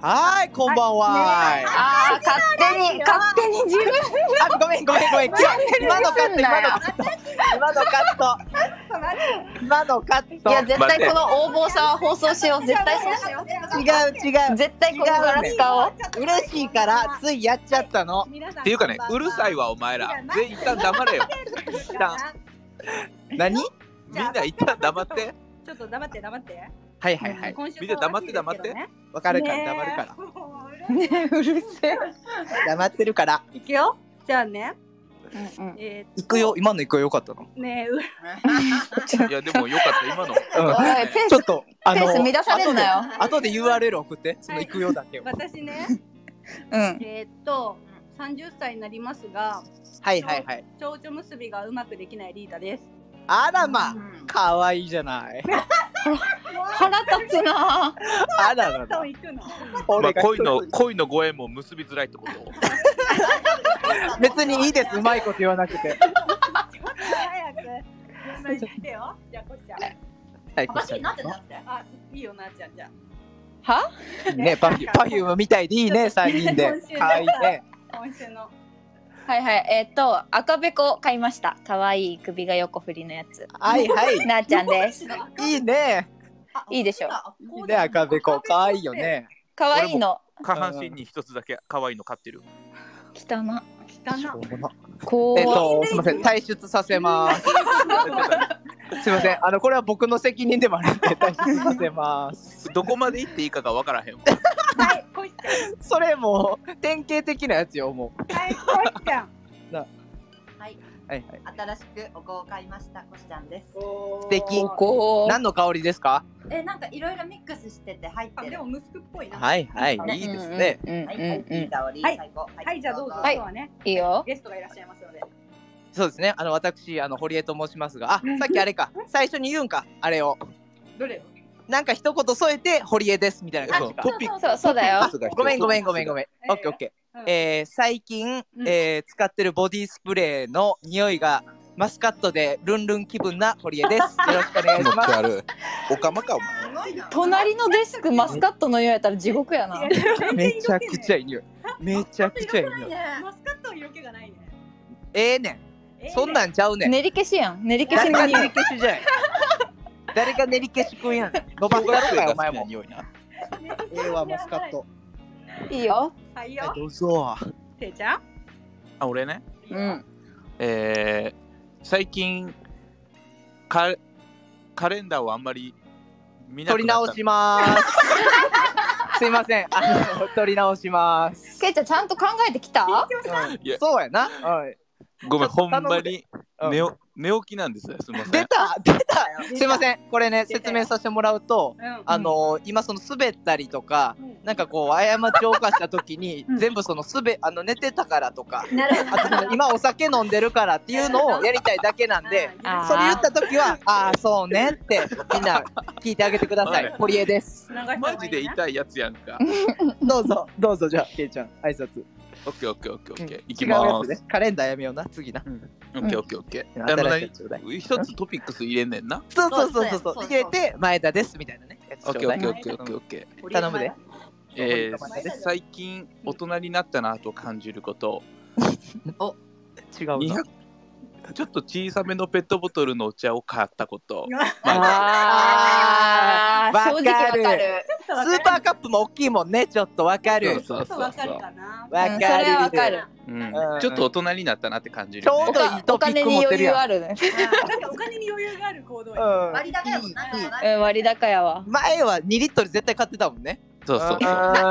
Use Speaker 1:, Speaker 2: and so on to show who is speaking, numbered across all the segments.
Speaker 1: はい、こんばんは。
Speaker 2: ああ、勝手に、勝手に自分。
Speaker 1: あ、ごめん、ごめん、ごめん。今のカット、今のカット。今のカット。今のカット。
Speaker 2: いや、絶対この横暴さは放送しよう。絶対 そうしよ
Speaker 1: 違う、違
Speaker 2: う。
Speaker 1: う。
Speaker 2: 絶対ここから使おう。
Speaker 1: 嬉しいから、ついやっちゃったの。
Speaker 3: っていうかね、うるさい
Speaker 4: わ。
Speaker 3: わ、お前ら。全員一旦黙 れよ。一旦、
Speaker 1: 何。
Speaker 3: みんな一旦黙って。
Speaker 4: ちょっと黙って黙って。
Speaker 1: はい、はい、はい。
Speaker 4: 今週
Speaker 3: みんな黙って黙って
Speaker 1: わかるから、
Speaker 4: ねえ
Speaker 1: 黙るから。
Speaker 2: ね、うるせえ。
Speaker 1: 黙ってるから。
Speaker 4: いくよ。じゃあね。
Speaker 2: うんうん。
Speaker 4: え
Speaker 1: 行くよ、今の行くよ、よかったの。
Speaker 4: ー、ねえ、う
Speaker 3: いや、でもよかった、今 の。
Speaker 1: うん
Speaker 2: おい、ペー
Speaker 1: ちょ
Speaker 2: ス
Speaker 1: っ、と、あ
Speaker 2: ペース
Speaker 1: の。
Speaker 2: 乱されるなよ。
Speaker 1: 後で URL 送って、その行くよだけを。
Speaker 4: 私ね、
Speaker 2: うん。
Speaker 4: えーっと、三十歳になりますが、
Speaker 1: はい、はい、はい。
Speaker 4: 蝶々結びがうまくできないリーダです。
Speaker 1: あらまあ。可愛いじゃ ない。
Speaker 2: 腹立つな。
Speaker 1: あらら
Speaker 4: と
Speaker 1: ら。
Speaker 4: 行くの。
Speaker 3: ま
Speaker 1: 俺
Speaker 3: あ、
Speaker 1: が
Speaker 3: 恋の、恋のご縁も結びづらいってこと。
Speaker 1: 別にいいです。うまいこと言わなくて。
Speaker 4: 早く。順番にしてよ。じゃあこっちゃん。
Speaker 1: はい、
Speaker 5: おかしいなってなって。
Speaker 4: あ、いいよなあちゃんじゃあ。
Speaker 2: は？
Speaker 1: ね、パフュパフュームみたいでいい ね、三人で
Speaker 4: 今週。の
Speaker 1: 可愛いね。
Speaker 4: 今週の。
Speaker 2: はいはい。えっと、赤べこ買いました。可愛い首が横振りのやつ。
Speaker 1: はいはい。
Speaker 2: なあちゃんです。
Speaker 1: いいね。
Speaker 2: いいでしょう。
Speaker 1: いいね、赤べこ、可愛いよね。
Speaker 2: 可愛いの。
Speaker 3: 下半身に一つだけ可愛いの買ってる。
Speaker 2: 汚な。
Speaker 4: 汚
Speaker 1: しょ
Speaker 4: な。
Speaker 1: うもな
Speaker 2: こう。
Speaker 1: えっと、すみません、退出させ ます。すみません、あの、これは僕の責任でもあるんで、退出させます。
Speaker 3: どこまで行っていいかがわからへんわ。
Speaker 4: はい、こっちゃ
Speaker 1: それも、典型的なやつよ、も
Speaker 4: ん。はい、こっちゃん。
Speaker 5: は
Speaker 1: う。
Speaker 5: い。
Speaker 1: はいはい。
Speaker 5: 新しくお香を買いました。こしちゃんです。
Speaker 4: 素
Speaker 1: 敵
Speaker 2: こう。
Speaker 1: 何の香りですか。
Speaker 5: え、なんかいろいろミックスしてて入っ
Speaker 4: あ、
Speaker 5: て
Speaker 4: で
Speaker 5: る。
Speaker 4: もムスクっぽいな。
Speaker 1: はいはい、いいですね。。
Speaker 2: うんうん
Speaker 5: はい、
Speaker 2: うんうん
Speaker 5: いい香り。
Speaker 4: はい
Speaker 5: 最高。
Speaker 4: はい、じゃあどうぞ。
Speaker 2: はい
Speaker 4: 今日はね、
Speaker 2: いいよ。
Speaker 4: ゲストがいらっしゃいますので。
Speaker 1: そうですね、あの、私、あの、堀江と申しますが、あ、さっきあれか、最初に言うんか、あれを。
Speaker 4: どれよ。
Speaker 1: なんか一言添えて、堀江ですみたいな
Speaker 3: そ
Speaker 1: 感
Speaker 3: う
Speaker 1: じか。
Speaker 3: トピック
Speaker 2: そうそうだ よ。
Speaker 3: スが必要
Speaker 1: ごめんごめんごめんごめん。
Speaker 4: えー
Speaker 1: オッケーオッケー。
Speaker 4: うん
Speaker 1: えー最近、
Speaker 4: うん
Speaker 1: えー使ってるボディスプレーの匂いがマスカットでルンルン気分な堀江 です。よろしくお願いします。
Speaker 3: 悪い。おかまか、お前。
Speaker 2: 隣のデスクマスカットの匂いやったら地獄やな。
Speaker 1: めちゃくちゃいい匂い。めちゃくちゃいい匂い。
Speaker 4: ゃマスカットの色気がないね。
Speaker 1: ええねん。そんなんちゃうねん。
Speaker 2: 練り消しやん。練り消
Speaker 1: 誰
Speaker 2: しの
Speaker 1: が
Speaker 2: 匂
Speaker 1: 練り
Speaker 2: い。
Speaker 1: 消 しじゃん。誰が練り消しくんやん。伸ば
Speaker 3: 小
Speaker 1: すだ
Speaker 3: 学
Speaker 1: ろうがよお
Speaker 3: 生が好
Speaker 1: 前
Speaker 3: きな
Speaker 1: も。
Speaker 3: 匂いな。
Speaker 1: ええわマスカット。
Speaker 2: いいよ。
Speaker 4: はい
Speaker 1: はい
Speaker 4: よ。
Speaker 1: どうぞ。
Speaker 4: ていちゃん。
Speaker 3: あ、俺ね。
Speaker 4: いいよ
Speaker 2: うん。。
Speaker 3: えー、最近カカレンダーをあんまり見な
Speaker 1: 取
Speaker 3: く
Speaker 1: り
Speaker 3: なっ
Speaker 1: 直
Speaker 3: た
Speaker 1: します。 すいません。あの取り直します。
Speaker 2: けいちゃんちゃんと考えてきた？
Speaker 1: うん
Speaker 3: いや
Speaker 1: そうやな。はい。
Speaker 3: ごめんほんま
Speaker 1: 頼むで
Speaker 3: に
Speaker 1: うん
Speaker 3: 寝お寝起きなんですすみませ
Speaker 1: 出
Speaker 3: ん
Speaker 1: た出たよすいませんこれね
Speaker 4: 出たよ
Speaker 1: 説明させてもらうと
Speaker 4: うん。
Speaker 1: あのー今その滑ったりとか
Speaker 4: うん
Speaker 1: なんかこう過ちを犯した時 に
Speaker 4: うん
Speaker 1: 全部そのすべあの寝てたからとか
Speaker 5: なるほど。
Speaker 1: あとその今お酒飲んでるからっていうのをやりたいだけなんで
Speaker 2: あー
Speaker 1: それ言った時はああそうねってみんな聞いてあげてくださ
Speaker 3: はいい
Speaker 1: 堀江です
Speaker 3: マジで
Speaker 4: い。
Speaker 3: 痛いやつやんか
Speaker 1: どうぞどうぞじ ゃあけいちゃん挨拶
Speaker 3: オッケーオッケーオッケーオッケ
Speaker 1: う
Speaker 3: ー
Speaker 1: ん
Speaker 3: いきま
Speaker 1: 違うやつ
Speaker 3: す
Speaker 1: ねカレンダーやめような次な
Speaker 3: オッケーオッケーオッケーあの
Speaker 1: 新しいやつちょうだい
Speaker 3: 何一つトピックス入れんねんな
Speaker 1: そうそうそうそうそう
Speaker 5: そ
Speaker 1: う
Speaker 5: そうそう
Speaker 1: 入れて前田ですみたいなねやつ
Speaker 3: オッ
Speaker 1: ち
Speaker 3: ケ
Speaker 1: ょ
Speaker 3: ーオ
Speaker 1: うだい
Speaker 3: ッケーオッケーオッケーオッケ
Speaker 1: うん頼むで
Speaker 3: ーえー
Speaker 1: うん
Speaker 3: 最近大人になったなと感じること
Speaker 1: 違うの
Speaker 3: 200ちょっと小さめのペットボトルのお茶を買ったこと
Speaker 1: あー
Speaker 2: あー正直わか
Speaker 1: わか
Speaker 2: る
Speaker 1: る。
Speaker 4: ス
Speaker 1: スーパーカップも大きいもんね、ちょっとわかる。
Speaker 3: そう
Speaker 4: ちょ
Speaker 3: そ
Speaker 4: っと
Speaker 3: うそ
Speaker 4: わ
Speaker 3: う
Speaker 4: かるかな。
Speaker 1: わ
Speaker 2: うんそ
Speaker 1: かる。
Speaker 2: れはわかる。
Speaker 3: うん
Speaker 1: うん
Speaker 3: ちょっと大人になったなって感じる
Speaker 1: ちょうど
Speaker 3: よね
Speaker 2: おかお金に余裕あるね。
Speaker 4: なんかお金に余裕がある行動。
Speaker 1: うん
Speaker 5: 割高やもんな。
Speaker 4: いいいい
Speaker 2: うん割高やわ。
Speaker 1: 前は2リットル絶対買ってたもんね。
Speaker 3: そうそうそう
Speaker 1: あ
Speaker 5: ちょっ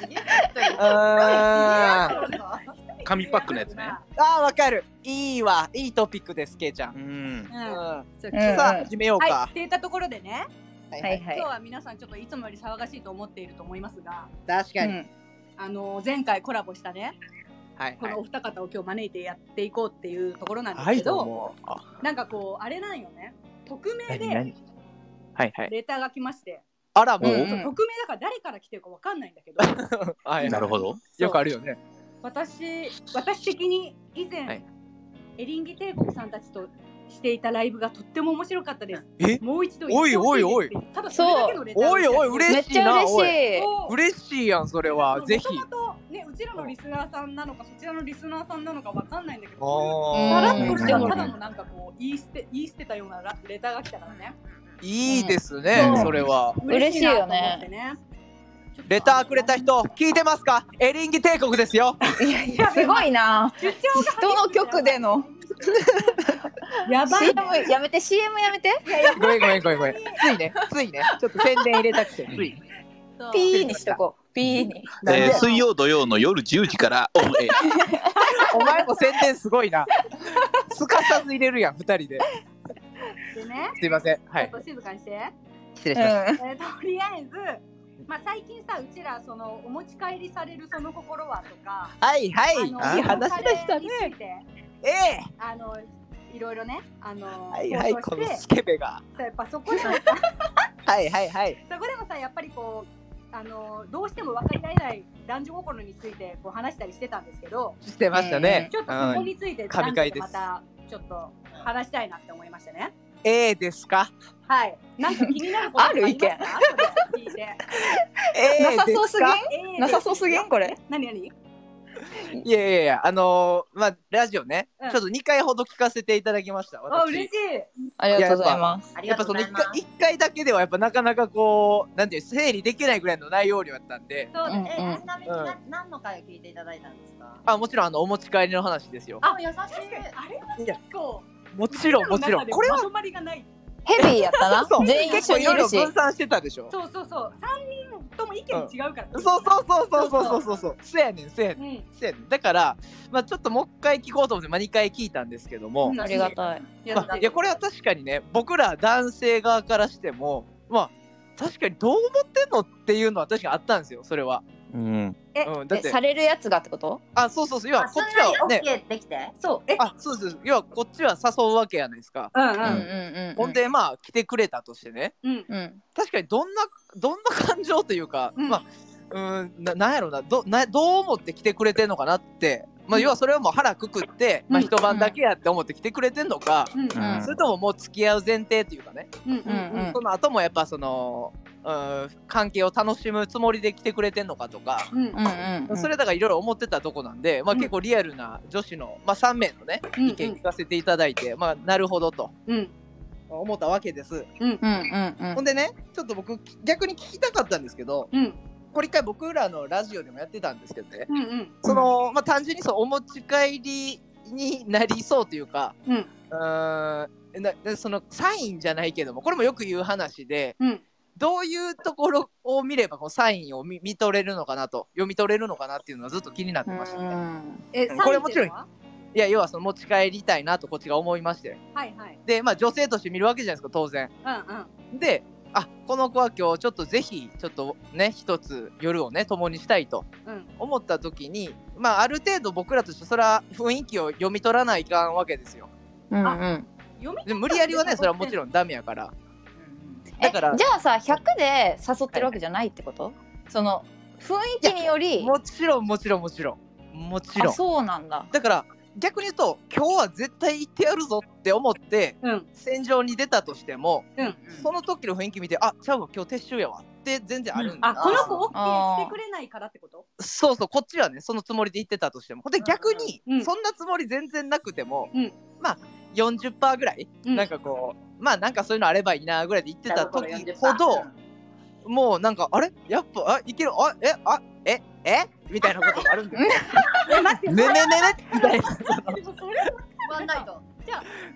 Speaker 5: と言
Speaker 1: ーあ
Speaker 5: うと
Speaker 3: 紙パックのやつね。
Speaker 1: ー、わかる。いいわ。いいトピックです、けいちゃん。
Speaker 3: う
Speaker 1: うん
Speaker 4: う
Speaker 3: ん
Speaker 4: ん。
Speaker 1: さ
Speaker 4: そう
Speaker 2: うん
Speaker 1: あ、始めよう
Speaker 4: はい、
Speaker 1: か
Speaker 4: っ。て言ったところでね、
Speaker 1: はい
Speaker 2: はいは
Speaker 4: 今日
Speaker 2: い。
Speaker 4: は皆さんちょっといつもより騒がしいと思っていると思いますが、
Speaker 1: 確か
Speaker 2: う
Speaker 1: に。
Speaker 2: ん
Speaker 4: あの前回コラボしたね、
Speaker 1: はい
Speaker 4: こ
Speaker 1: は
Speaker 4: のお
Speaker 1: い。
Speaker 4: 二方を今日招いてやっていこうっていうところなんです
Speaker 1: は
Speaker 4: け
Speaker 1: い、
Speaker 4: ど、
Speaker 1: どうも。あ
Speaker 4: なんかこうあれなんよね、匿名
Speaker 1: 何
Speaker 4: で
Speaker 1: 何はいはい。
Speaker 4: レターが来まして、
Speaker 1: あら、もう。
Speaker 2: うん
Speaker 4: 匿名だから誰から来てるかわかんないんだけど、
Speaker 1: はい
Speaker 3: なるほど。
Speaker 1: よくあるよね。
Speaker 4: 私私的に以前、
Speaker 1: はい
Speaker 4: エリンギ帝国さんたちとしていたライブがとっても面白かったです。
Speaker 1: え
Speaker 4: もう一度
Speaker 1: おいおいおい
Speaker 4: 行ってほしですただそれだけのレター
Speaker 1: おいおい
Speaker 2: めっ
Speaker 1: 嬉しい
Speaker 2: ちゃ
Speaker 1: な
Speaker 2: 嬉
Speaker 1: おい
Speaker 2: しい。
Speaker 4: お
Speaker 1: 嬉しいやんそれはぜひ
Speaker 4: もともとねうちらのリスナーさんなのかそちらのリスナーさんなのかわかんないんだけどそういうさ
Speaker 1: あ
Speaker 4: ら
Speaker 1: ー
Speaker 4: っとし
Speaker 2: で
Speaker 4: た
Speaker 2: も
Speaker 4: ただのなんかこう言い捨て言い捨てたようなラレターが来たからね
Speaker 1: いいですね、
Speaker 2: うん
Speaker 1: それは
Speaker 2: 嬉しい
Speaker 4: なと
Speaker 2: よ
Speaker 4: 思っ
Speaker 2: ね
Speaker 4: てねちょっと
Speaker 1: レターくれた人聞いてますかエリンギ帝国ですよ
Speaker 2: いやいやすごいな。
Speaker 4: 出張が
Speaker 2: 人の曲での
Speaker 4: やばい
Speaker 2: CM やめて CM やめて。
Speaker 1: ごめんごめんごめんごめんついねついねちょっと宣伝入れたくてつい
Speaker 2: ピーにしとこう。ピーに。
Speaker 1: なん
Speaker 3: えー
Speaker 1: で
Speaker 3: 水曜土曜の夜10時からオンエア。
Speaker 1: お前も宣伝すごいなすかさず入れるやん二人で
Speaker 4: でね
Speaker 1: すいませんは
Speaker 4: ちょっ
Speaker 1: い
Speaker 4: と静かにして、
Speaker 1: 失礼
Speaker 2: う
Speaker 1: しました、
Speaker 2: ん。
Speaker 4: えーとりあえずまあ最近さうちらそのお持ち帰りされるその心はとか
Speaker 1: はいは
Speaker 4: あ
Speaker 1: い
Speaker 4: の
Speaker 1: いい話でしたね
Speaker 4: お金について
Speaker 1: ええ
Speaker 4: あのいろいろねあの
Speaker 1: はいはい
Speaker 4: 放
Speaker 1: こ
Speaker 4: 送
Speaker 1: の
Speaker 4: して
Speaker 1: スケベが
Speaker 4: やっぱそこ でもさ
Speaker 1: はいはいはい
Speaker 4: そこでもさやっぱりこうあのどうしても分かり合えない男女心についてこう話したりしてたんですけど
Speaker 1: してましたね、
Speaker 4: ちょっとそこ
Speaker 1: うん
Speaker 4: について
Speaker 1: 神回です
Speaker 4: またちょっと話したいなって思いましたね。
Speaker 1: ええですか
Speaker 4: はい。なんか気になることとかりますかそれ聞いて
Speaker 1: ええ
Speaker 2: なさそう
Speaker 1: ですす
Speaker 2: ぎん
Speaker 1: か？
Speaker 4: えー
Speaker 2: なさそうすぎんこれ。
Speaker 4: 何何？
Speaker 1: いやいやいやあのー、まあラジオね、
Speaker 4: うん
Speaker 1: ちょっと二回ほど聞かせていただきました
Speaker 4: あ
Speaker 1: 私
Speaker 4: 嬉しい。
Speaker 2: ありがとうございます。
Speaker 5: あり
Speaker 1: や
Speaker 5: が
Speaker 1: っぱ
Speaker 5: と
Speaker 1: そうの
Speaker 5: ござい
Speaker 1: 一
Speaker 5: ます
Speaker 1: 回。一回だけではやっぱなかなかこうなんていう整理できないぐらいの内容量やったんで
Speaker 4: そうだね。
Speaker 5: え
Speaker 2: うんうん
Speaker 5: ちなみに
Speaker 1: うん
Speaker 5: な何の回を聞いていただいたんですか。
Speaker 1: あもちろんあのお持ち帰りの話ですよ
Speaker 5: あ、優しい。
Speaker 4: 確かにあれは結構
Speaker 1: もちろんもちろんこ
Speaker 4: こ
Speaker 1: れ
Speaker 4: れ
Speaker 1: は
Speaker 4: まとまりがない。
Speaker 2: ヘビーやったな
Speaker 1: そ。う
Speaker 2: 全員
Speaker 1: 結
Speaker 2: 一緒
Speaker 1: 構
Speaker 2: に
Speaker 1: い
Speaker 2: い
Speaker 1: ろい
Speaker 2: る
Speaker 1: ろ
Speaker 2: し。
Speaker 1: 分散してたでしょ
Speaker 4: そうそうそう。三人とも意見違うから。
Speaker 1: そうそうそうそうそうそうそうそうせやねんせやねん
Speaker 4: うん。
Speaker 1: せやねんだからまあちょっともう一回聞こうと思ってまあ二回聞いたんですけども、
Speaker 4: うん
Speaker 2: ありがたい。
Speaker 1: まあいやこれは確かにね僕ら男性側からしてもまあ確かにどう思ってんのっていうのは確かにあったんですよそれは、
Speaker 3: うん。
Speaker 1: うん、だっ
Speaker 2: え
Speaker 1: て
Speaker 2: されるやつがってこと？
Speaker 1: あそうそうそう要は
Speaker 5: あ、
Speaker 1: こ
Speaker 5: そん
Speaker 1: っちは
Speaker 5: なに
Speaker 1: ね
Speaker 5: OK できて。
Speaker 4: そうえ
Speaker 1: あそうそうそう要はこっちは誘うわけやないですか、
Speaker 4: うんう
Speaker 2: うんうん
Speaker 4: ん
Speaker 2: うんうん。
Speaker 1: ほんでまあ来てくれたとしてね
Speaker 4: うん。
Speaker 2: うん。
Speaker 1: 確かにどんなどんな感情というか、
Speaker 4: うん
Speaker 1: まあうんななんやろうなどなどう思って来てくれてんのかなって、まあ、要はそれはもう腹くくって、まあ、
Speaker 4: うん
Speaker 1: 一晩だけやって思って来てくれてんのか、
Speaker 4: うん
Speaker 3: うん
Speaker 1: それとももう付き合う前提というかね、
Speaker 4: うんうん
Speaker 2: うん
Speaker 4: うん
Speaker 1: その後もやっぱその、うん、関係を楽しむつもりで来てくれてんのかとか、
Speaker 4: うん
Speaker 2: うんうんうん。
Speaker 1: それだからいろいろ思ってたとこなんで、まあ、
Speaker 4: うん
Speaker 1: 結構リアルな女子の、まあ、3名のね
Speaker 4: うん
Speaker 1: 意見聞かせていただいて、まあ、なるほどと
Speaker 4: うん
Speaker 1: 思ったわけです。
Speaker 2: うんうんう
Speaker 1: ほん
Speaker 2: ん。
Speaker 1: でねちょっと僕逆に聞きたかったんですけど
Speaker 4: うん
Speaker 1: これ一回僕らのラジオでもやってたんですけどね
Speaker 4: うんうん
Speaker 1: その、まあ、単純にそうお持ち帰りになりそうというか
Speaker 4: うん
Speaker 1: うーんななそのサインじゃないけどもこれもよく言う話で
Speaker 4: うん
Speaker 1: どういうところを見ればこうサインを見見とれるのかなと読み取れるのかなっていうのはずっと気になってましたね。
Speaker 4: え
Speaker 1: これもちろん
Speaker 4: サインっていうのはい
Speaker 1: や要はその持ち帰りたいなとこっちが思いまして
Speaker 4: はいはい
Speaker 1: でまあ女性として見るわけじゃないですか当然。
Speaker 4: うんうん
Speaker 1: であこの子は今日ちょっとぜひちょっとね一つ夜をね共にしたいと
Speaker 4: うん
Speaker 1: 思った時に、まあある程度僕らとしてそれは雰囲気を読み取らないかんわけですよ
Speaker 2: うんうん。
Speaker 4: 読み
Speaker 1: で無理やりはねそれはもち
Speaker 4: ろん
Speaker 1: ろんダメやからだ
Speaker 2: えじ
Speaker 1: か
Speaker 2: ゃ
Speaker 1: ら
Speaker 2: あさ100で誘ってるわけじゃないってこと、その雰囲気により
Speaker 1: もちろんもちろんもちろんもちろ
Speaker 2: あ
Speaker 1: ん
Speaker 2: そうなんだ
Speaker 1: だから逆に言うと今日は絶対行ってやるぞって思って
Speaker 4: うん
Speaker 1: 戦場に出たとしても
Speaker 5: うん
Speaker 1: その時の雰囲気見てあちゃうわ今日撤収やわって全然あるんだ
Speaker 4: あこの子オッケー
Speaker 2: あー
Speaker 4: してくれないからってこと
Speaker 1: そうそうこっちはねそのつもりで言ってたとしてもほんで逆に、
Speaker 4: うん
Speaker 1: そんなつもり全然なくても、
Speaker 4: うん
Speaker 1: まあ40%ぐらい、
Speaker 4: うん
Speaker 1: なんかこうまあなんかそういうのあればいいなぐらいで言ってた時
Speaker 5: なる
Speaker 1: ほ
Speaker 5: ど
Speaker 1: ど、もうなんかあれやっぱあいけるあえあええみたいなことがあるんだよ。
Speaker 4: え待って
Speaker 1: ねねねねみたいな。
Speaker 4: でもそれは
Speaker 5: ワンナイト。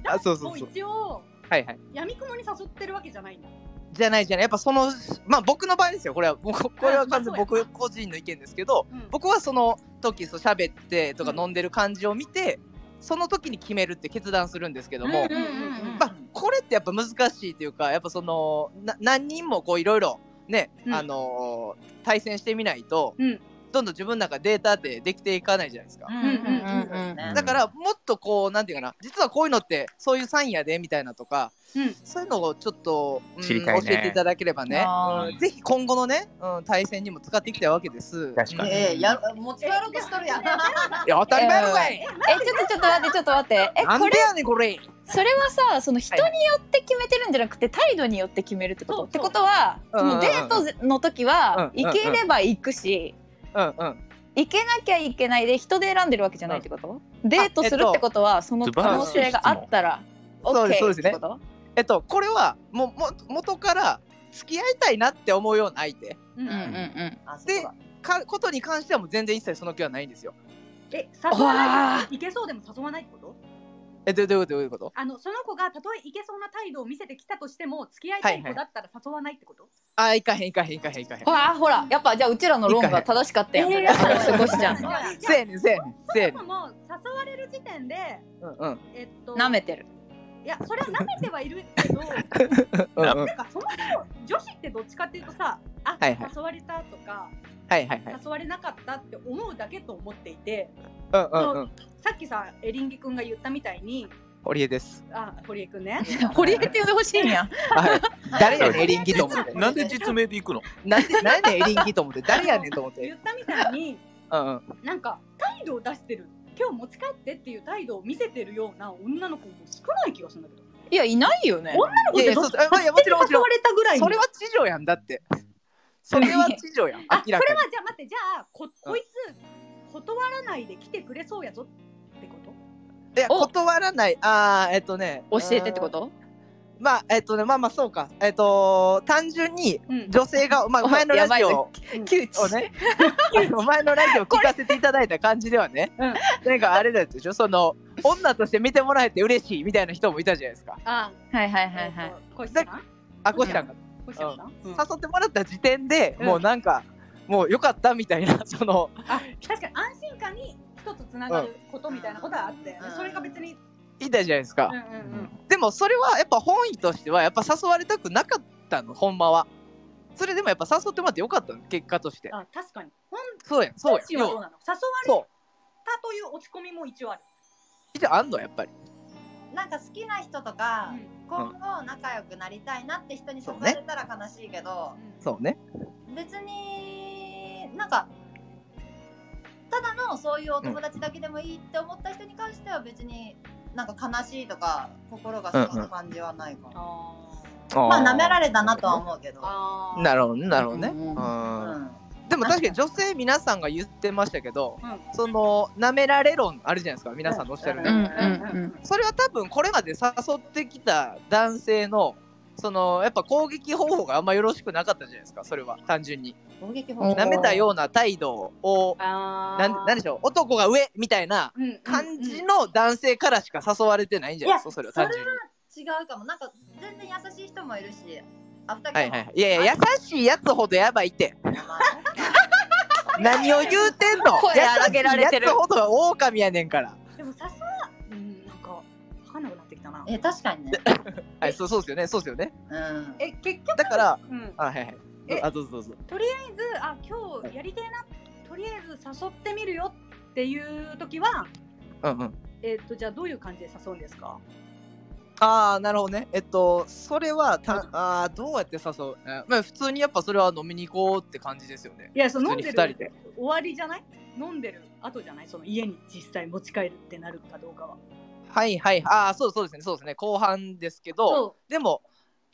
Speaker 1: あそうそ
Speaker 4: も
Speaker 1: う
Speaker 4: う
Speaker 1: そう。
Speaker 4: 一応
Speaker 1: はいはい。
Speaker 4: やみくもに誘ってるわけじゃないんだ
Speaker 1: じゃないじゃないやっぱそのまあ僕の場合ですよこれはもうここれは完全に
Speaker 4: あまあそうや
Speaker 1: 僕個人の意見ですけど、
Speaker 4: うん
Speaker 1: 僕はその時そう喋ってとか
Speaker 4: うん
Speaker 1: 飲んでる感じを見て、その時に決めるって決断するんですけども、
Speaker 2: うんうんうん
Speaker 1: まあ、これってやっぱ難しいというかやっぱそのな何人もこういろいろね、
Speaker 4: うん
Speaker 1: あのー対戦してみないと、
Speaker 4: うん
Speaker 1: どんどん自分の中でデータってできていかないじゃないですか。
Speaker 5: うん
Speaker 4: んうんうん
Speaker 5: うんうん
Speaker 3: うん
Speaker 1: だからもっとこうなんていうかな実はこういうのってそういうサインやでみたいなとか、
Speaker 4: うん
Speaker 1: そういうのをちょっと、うん
Speaker 3: 知りたいね
Speaker 1: 教えていただければね、
Speaker 5: あ
Speaker 1: うんぜひ今後のね、うん、対戦にも使っていきたいわけです。
Speaker 3: 確かに
Speaker 5: ええやろ持ち帰ろうとしとるやん。
Speaker 1: いや当たり前やろかい、
Speaker 2: えちょっとちょっと待ってちょっと待ってえ
Speaker 1: なん
Speaker 2: これ
Speaker 1: でやねんこれ
Speaker 2: それはさその人によって決めてるんじゃなくて態度によって決めるってこと、
Speaker 4: そう
Speaker 2: ってことは、
Speaker 1: うんうんうん
Speaker 2: そのデートの時は、
Speaker 1: うんうんうん
Speaker 2: 行ければ行くし
Speaker 1: うんうん
Speaker 2: 行けなきゃいけないで人で選んでるわけじゃないってこと、デートするってことは、その
Speaker 3: 素
Speaker 2: 可
Speaker 1: らし
Speaker 3: 晴
Speaker 1: い
Speaker 2: 能性があったら
Speaker 1: 問そう
Speaker 2: OK
Speaker 1: ですそうで
Speaker 2: っ
Speaker 1: すね
Speaker 2: てこと
Speaker 1: えっとこれはもうも元から付き合いたいなって思うような相手
Speaker 4: うん
Speaker 2: うんうんうん
Speaker 5: あそ
Speaker 1: で
Speaker 5: こだ
Speaker 1: かことに関してはもう全然一切その気はないんですよ。
Speaker 4: え誘わないいけそうでも誘わないってこと
Speaker 1: えどうどういうことどういうこと
Speaker 4: あのその子がたとえいけそうな態度を見せてきたとしても付き合いたい
Speaker 1: はいは
Speaker 4: 子
Speaker 1: い
Speaker 4: だったら誘わないってこと、
Speaker 1: あーいかへんいかへんいかへんいかへん。
Speaker 2: ほらほらやっぱじゃあうちらの論が正しかったやん、
Speaker 4: えー
Speaker 2: だから過ごしちゃう
Speaker 4: そ
Speaker 2: の
Speaker 4: う
Speaker 1: せやねんせやねんせやね
Speaker 4: そもそも誘われる時点で
Speaker 1: ん。うんうん
Speaker 4: えっと
Speaker 2: なめてる
Speaker 4: いやそれは舐めてはいるけ どなんか
Speaker 1: うんうん。
Speaker 4: そもそも女子ってどっちかっていうとさあ、
Speaker 1: はいはい
Speaker 4: 誘われたとか
Speaker 1: はいはいはい。
Speaker 4: 誘われなかったって思うだけと思っていて
Speaker 1: うんうんうん。
Speaker 4: さっきさエリンギ君が言ったみたいに
Speaker 1: 堀江です。
Speaker 4: あ堀江君ね
Speaker 2: 堀江って呼んでほしいんやん
Speaker 1: はい。誰やねん エリンギと思って。
Speaker 3: なんで実名で行くの
Speaker 1: なんでなんやねんエリンギと思って誰やねんと思っ
Speaker 4: 言
Speaker 1: て。
Speaker 4: ったみたいに
Speaker 1: うんうん。
Speaker 4: なんか態度を出してる今日持ち帰ってっていう態度を見せてるような女の子も少ない気がするんだけど
Speaker 2: いやいないよね
Speaker 4: 女の子
Speaker 1: い
Speaker 4: っ
Speaker 1: やい
Speaker 4: て
Speaker 1: や
Speaker 4: ど
Speaker 1: そ
Speaker 4: っ
Speaker 1: うあまあいやもちろんもち
Speaker 4: 誘
Speaker 1: ろん
Speaker 4: わ。れたぐらいの
Speaker 1: それは知女やんだって。それは知女やん。明ら
Speaker 4: あ
Speaker 1: か
Speaker 4: そ
Speaker 1: に
Speaker 4: れはじゃあ待ってじゃあここいつ断らないで来てくれそうやぞってこと
Speaker 1: いや
Speaker 2: お
Speaker 1: 断らない。ああえっとね。
Speaker 2: 教えてってこ
Speaker 1: うん
Speaker 2: と
Speaker 1: まあえっとねまあまあそうか。えっと単純に
Speaker 4: うん
Speaker 1: 女性がまあ
Speaker 2: お
Speaker 1: 前のラジ
Speaker 2: やばい
Speaker 1: オ
Speaker 2: ぞ窮地
Speaker 1: を ねあの前のラジオ聞かせていただいた感じではね。
Speaker 4: うん
Speaker 1: なんかあれだったでしょ。その女として見てもらえて嬉しいみたいな人もいたじゃないですか。
Speaker 4: あ
Speaker 2: はいはい
Speaker 4: あ
Speaker 2: はいはい
Speaker 4: 小石さん
Speaker 1: あこしちゃんが
Speaker 4: 小石さんか
Speaker 1: 誘ってもらった時点で
Speaker 4: うん
Speaker 1: もうなんかもうよかったみたいな その。
Speaker 4: あ確かに安心感に人とつながることみたいなことはあって、ね
Speaker 5: うん
Speaker 4: それが別に
Speaker 1: いたじゃないですか、
Speaker 4: うんうんうん
Speaker 1: でもそれはやっぱ本意としてはやっぱ誘われたくなかったのほんまはそれでもやっぱ誘ってもらってよかったの結果として
Speaker 4: あ確かに本
Speaker 1: そうやんそう
Speaker 4: 本
Speaker 1: やん
Speaker 4: 心はどうなの誘われ
Speaker 1: そう
Speaker 4: たという落ち込みも一応ある
Speaker 1: 一応あんのやっぱり
Speaker 5: なんか好きな人とか、今後仲良くなりたいなって人に誘われたら悲しいけど、
Speaker 1: そうね
Speaker 5: 別になんかただのそういうお友達だけでもいいって思った人に関しては別になんか悲しいとか心がそうな感じはないかな、
Speaker 4: あ
Speaker 5: まあ舐められたなとは思うけど、
Speaker 4: あ
Speaker 1: な
Speaker 4: る
Speaker 1: るほどねなるほどね、
Speaker 2: うん
Speaker 1: うん
Speaker 5: うん
Speaker 1: でも確かに女性皆さんが言ってましたけど、
Speaker 4: うん
Speaker 1: そのなめられ論あるじゃないですか皆さんのおっしゃる、
Speaker 2: う
Speaker 1: ね
Speaker 2: んうん
Speaker 1: それは多分これまで誘ってきた男性のそのやっぱ攻撃方法があんまよろしくなかったじゃないですかそれは単純に
Speaker 5: 攻撃
Speaker 2: うん
Speaker 1: 舐めたような態度を
Speaker 4: あ
Speaker 1: なんなんでしょう男が上みたいな
Speaker 4: うん
Speaker 1: 感じの男性からしか誘われてないんじゃないですか、それは単純に。
Speaker 5: 違うかもなんか全然優しい人もいるしアフターケ
Speaker 1: は
Speaker 5: ア
Speaker 1: い
Speaker 5: も、
Speaker 1: はい、いやいや優しいやつほどやばいって
Speaker 5: まあ
Speaker 1: 何を言うてんの
Speaker 2: 声荒げられてる
Speaker 1: 優しいやつほど狼やねんから
Speaker 4: でも誘わうんなんかわかんなくなってきたな
Speaker 5: え確かに ね、
Speaker 1: はいそうそうですよねそうですよね
Speaker 5: うん、
Speaker 4: え結局
Speaker 1: だから
Speaker 4: うん
Speaker 1: あはいはい
Speaker 4: え
Speaker 1: あどうぞどうぞ
Speaker 4: とりあえずあ今日やりてえなとりあえず誘ってみるよっていう時は
Speaker 1: うんうん
Speaker 4: えっ、とじゃあどういう感じで誘うんですか
Speaker 1: ああなるほどねえっとそれはたあーどうやって誘う、えーまあ、普通にやっぱそれは飲みに行こうって感じですよね
Speaker 4: いやその飲
Speaker 1: 普通
Speaker 4: ん
Speaker 1: に二
Speaker 4: で
Speaker 1: 人
Speaker 4: る
Speaker 1: で
Speaker 4: 終わりじゃない飲んでる後じゃないその家に実際持ち帰るってなるかどうかは
Speaker 1: はいはいああそうそうですねそうですね後半ですけど
Speaker 4: そ
Speaker 1: でも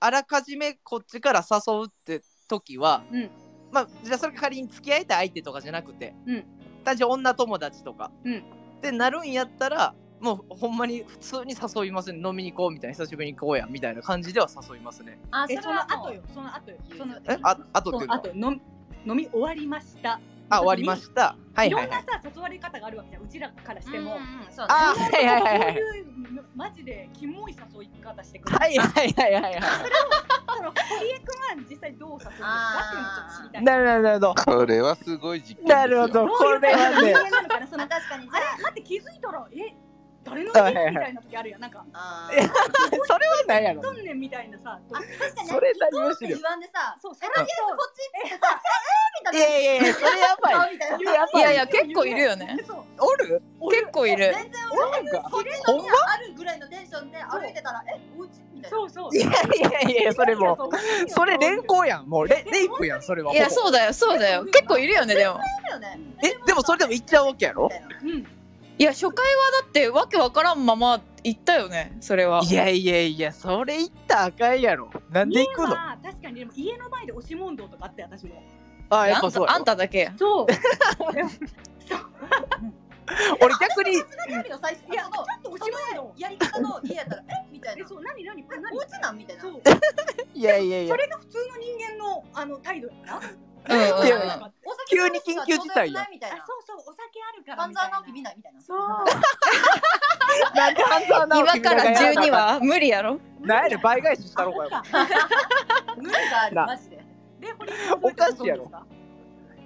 Speaker 1: あらかじめこっちから誘うって時は、
Speaker 4: うん
Speaker 1: まあじゃあそれが仮に付き合いたい相手とかじゃなくて、
Speaker 4: うん
Speaker 1: 単純に女友達とか、
Speaker 4: うん
Speaker 1: ってなるんやったらもうほんまに普通に誘いますね飲みに行こうみたいな久しぶりに行こうやみたいな感じでは誘いますね
Speaker 5: あ
Speaker 4: え
Speaker 5: れ
Speaker 4: その
Speaker 5: はもう
Speaker 4: 後よその後よその
Speaker 1: えああと
Speaker 4: そ
Speaker 1: っていうのは
Speaker 4: の後飲み飲み終わりました
Speaker 1: あ終わりましたはい
Speaker 4: い
Speaker 1: は
Speaker 4: ろ
Speaker 1: い
Speaker 4: ん
Speaker 1: は
Speaker 4: ないさ誘われ方があるわけじゃんうちらからしても
Speaker 5: うんうんそうね
Speaker 1: あーはいはいはいは
Speaker 4: こう
Speaker 1: い
Speaker 4: いうマジでキモい誘い方してくる
Speaker 1: はいはいはいはいは
Speaker 4: その堀江君は実際どう誘うんですかっていうのをちょっと知りた
Speaker 1: い
Speaker 4: い
Speaker 1: なるほどなるほど
Speaker 3: これはすごい実験ですよ
Speaker 1: なるほど
Speaker 4: どう
Speaker 1: こ
Speaker 4: いう
Speaker 1: れはね
Speaker 4: 感じなのかなその
Speaker 5: あ確かに
Speaker 4: あれ待って気づいたらえ誰の家みたいな時あるやんなんか
Speaker 5: あ
Speaker 1: え
Speaker 5: ー
Speaker 1: それはないやろ
Speaker 4: どんねんみたいなさ
Speaker 5: あ確かにね
Speaker 1: それ何
Speaker 5: 行こう
Speaker 1: を
Speaker 5: っ
Speaker 1: してろ
Speaker 5: 言わんでさ
Speaker 4: そう
Speaker 5: とりあえずこっちってさえーみたいない
Speaker 1: やいやいやそれやばい
Speaker 5: あーみたいない
Speaker 2: やいや結構いるよね
Speaker 4: そう
Speaker 1: おる
Speaker 2: 結構いる
Speaker 5: 全然
Speaker 1: なんか
Speaker 5: こっちの部屋あるぐらいのテンションで歩いてたらえお家みたいな
Speaker 4: そうそう
Speaker 1: いやいやいやそれもうそれ連行やんもうレレイプやんそれはい
Speaker 2: やそうだよそうだよ結構いるよねでも
Speaker 5: だよね
Speaker 1: えでもそれでも行っちゃうわけやろ
Speaker 5: みたいな
Speaker 4: うん
Speaker 2: いや初回はだってわけわからんまま行ったよねそれはい
Speaker 1: やいやいやそれ行ったらあかんやろなんで行く
Speaker 4: 家
Speaker 1: の
Speaker 4: は確かにでも家の前で押し問答とかあったよ私も
Speaker 1: あや
Speaker 2: あ
Speaker 1: っぱ
Speaker 2: ん
Speaker 1: そう
Speaker 2: た
Speaker 1: や
Speaker 2: あ
Speaker 1: ろ
Speaker 2: んただけや
Speaker 4: そう
Speaker 1: 俺逆に
Speaker 5: 私があるよ最初
Speaker 4: いや
Speaker 5: あその
Speaker 4: ちょっと押し問答
Speaker 5: やり方の家やったらえみたい
Speaker 4: え
Speaker 5: な
Speaker 4: そう何何これ
Speaker 5: お
Speaker 4: 何
Speaker 5: 家なんみたいな
Speaker 4: そう
Speaker 1: いやいやいや
Speaker 4: それが普通の人間のあの態度やな
Speaker 2: うんうんうん
Speaker 1: いやいや
Speaker 5: お酒
Speaker 1: 急に緊急事態や
Speaker 5: 飲んだらちょうどよくないみたい
Speaker 4: あ
Speaker 5: な
Speaker 4: そうそうお酒あるから
Speaker 5: 半
Speaker 4: みた
Speaker 5: 沢
Speaker 4: いな
Speaker 5: 直樹見ないみたいな
Speaker 4: そう
Speaker 1: なんで半沢直樹
Speaker 2: 今
Speaker 1: み
Speaker 2: か
Speaker 1: たい
Speaker 2: ら
Speaker 1: なやつ
Speaker 2: 12は無理やろ
Speaker 1: なんやねん倍返ししたろかよ
Speaker 4: あそっ
Speaker 5: 無理がある
Speaker 1: な
Speaker 5: マジで
Speaker 4: で堀江さんどうった
Speaker 1: おかしいやろ
Speaker 4: どうですか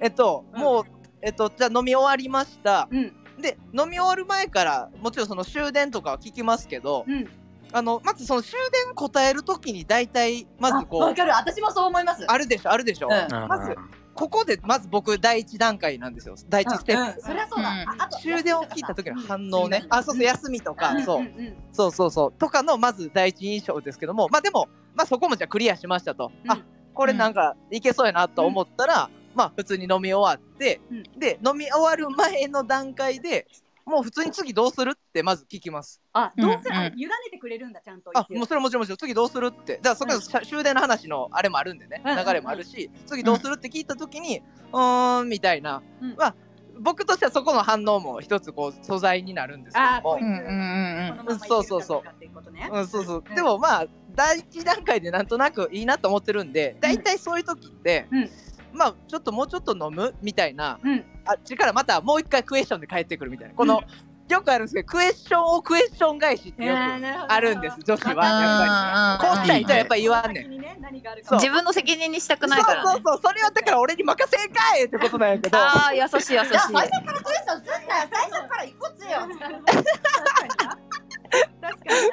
Speaker 1: えっと、
Speaker 4: うん
Speaker 1: もうえっとじゃあ飲み終わりました
Speaker 4: うん
Speaker 1: で飲み終わる前からもちろんその終電とかは聞きますけど
Speaker 4: うん
Speaker 1: あのまずその終電答えるときに大体まず
Speaker 5: あ
Speaker 1: こ
Speaker 5: わ
Speaker 1: う
Speaker 5: かる私もそう思います
Speaker 1: あるでしょあるでしょ、
Speaker 5: うん
Speaker 1: まずここでまず僕第一段階なんですよ第一ステップ、
Speaker 5: うんそりゃそうだ
Speaker 2: うん
Speaker 5: ああと
Speaker 1: 終電を聞いた時の反応ね、
Speaker 5: うん
Speaker 1: あそうそう休みとか、
Speaker 5: うん
Speaker 1: そううん
Speaker 4: うん
Speaker 1: そうそうそうとかのまず第一印象ですけどもまあでも、まあ、そこもじゃあクリアしましたと、
Speaker 4: うん
Speaker 1: あこれなんかいけそうやなと思ったら、まあ普通に飲み終わって、
Speaker 4: うん
Speaker 1: で飲み終わる前の段階でもう普通に次どうするってまず聞きます
Speaker 4: あどうせ
Speaker 2: うん
Speaker 4: あ委ねてくれるんだちゃんと
Speaker 1: あもうそれもちろんもちろん次どうするってだからそこ
Speaker 4: う
Speaker 1: の
Speaker 4: ん
Speaker 1: しゃ終電の話のあれもあるんでね
Speaker 4: うん
Speaker 1: 流れもあるし次どうするって聞いた時にうーんみたいな、
Speaker 4: うん
Speaker 1: まあ僕としてはそこの反応も一つこう素材になるんですけ
Speaker 4: あ
Speaker 1: ども
Speaker 4: こいつ、
Speaker 2: うんうんうんうん
Speaker 4: このままいけるかどかっていうことね
Speaker 1: うん、そうそう、
Speaker 4: うん
Speaker 1: でもまあ第一段階でなんとなくいいなと思ってるんで大体そういう時って、
Speaker 4: うん
Speaker 1: まあちょっともうちょっと飲むみたいな、
Speaker 4: うん
Speaker 1: あっちからまたもう一回クエスチョンで返ってくるみたいなこの、よくあるんですけどクエスチョンをクエスチョン返しってよくあるんです女子はやっぱり
Speaker 2: うん
Speaker 1: こうしたいとはやっぱ言わんねん
Speaker 4: 先にね何がある
Speaker 1: そ
Speaker 4: か
Speaker 1: う
Speaker 2: 自分の責任にしたくないから、ね、
Speaker 1: そうそうそうそれはだから俺に任せんかいってことなんやけど
Speaker 2: ああ優しい優しい
Speaker 5: いや最初からクエスチョンすんなよ最初から行こっちよ
Speaker 4: 確かにな確かにな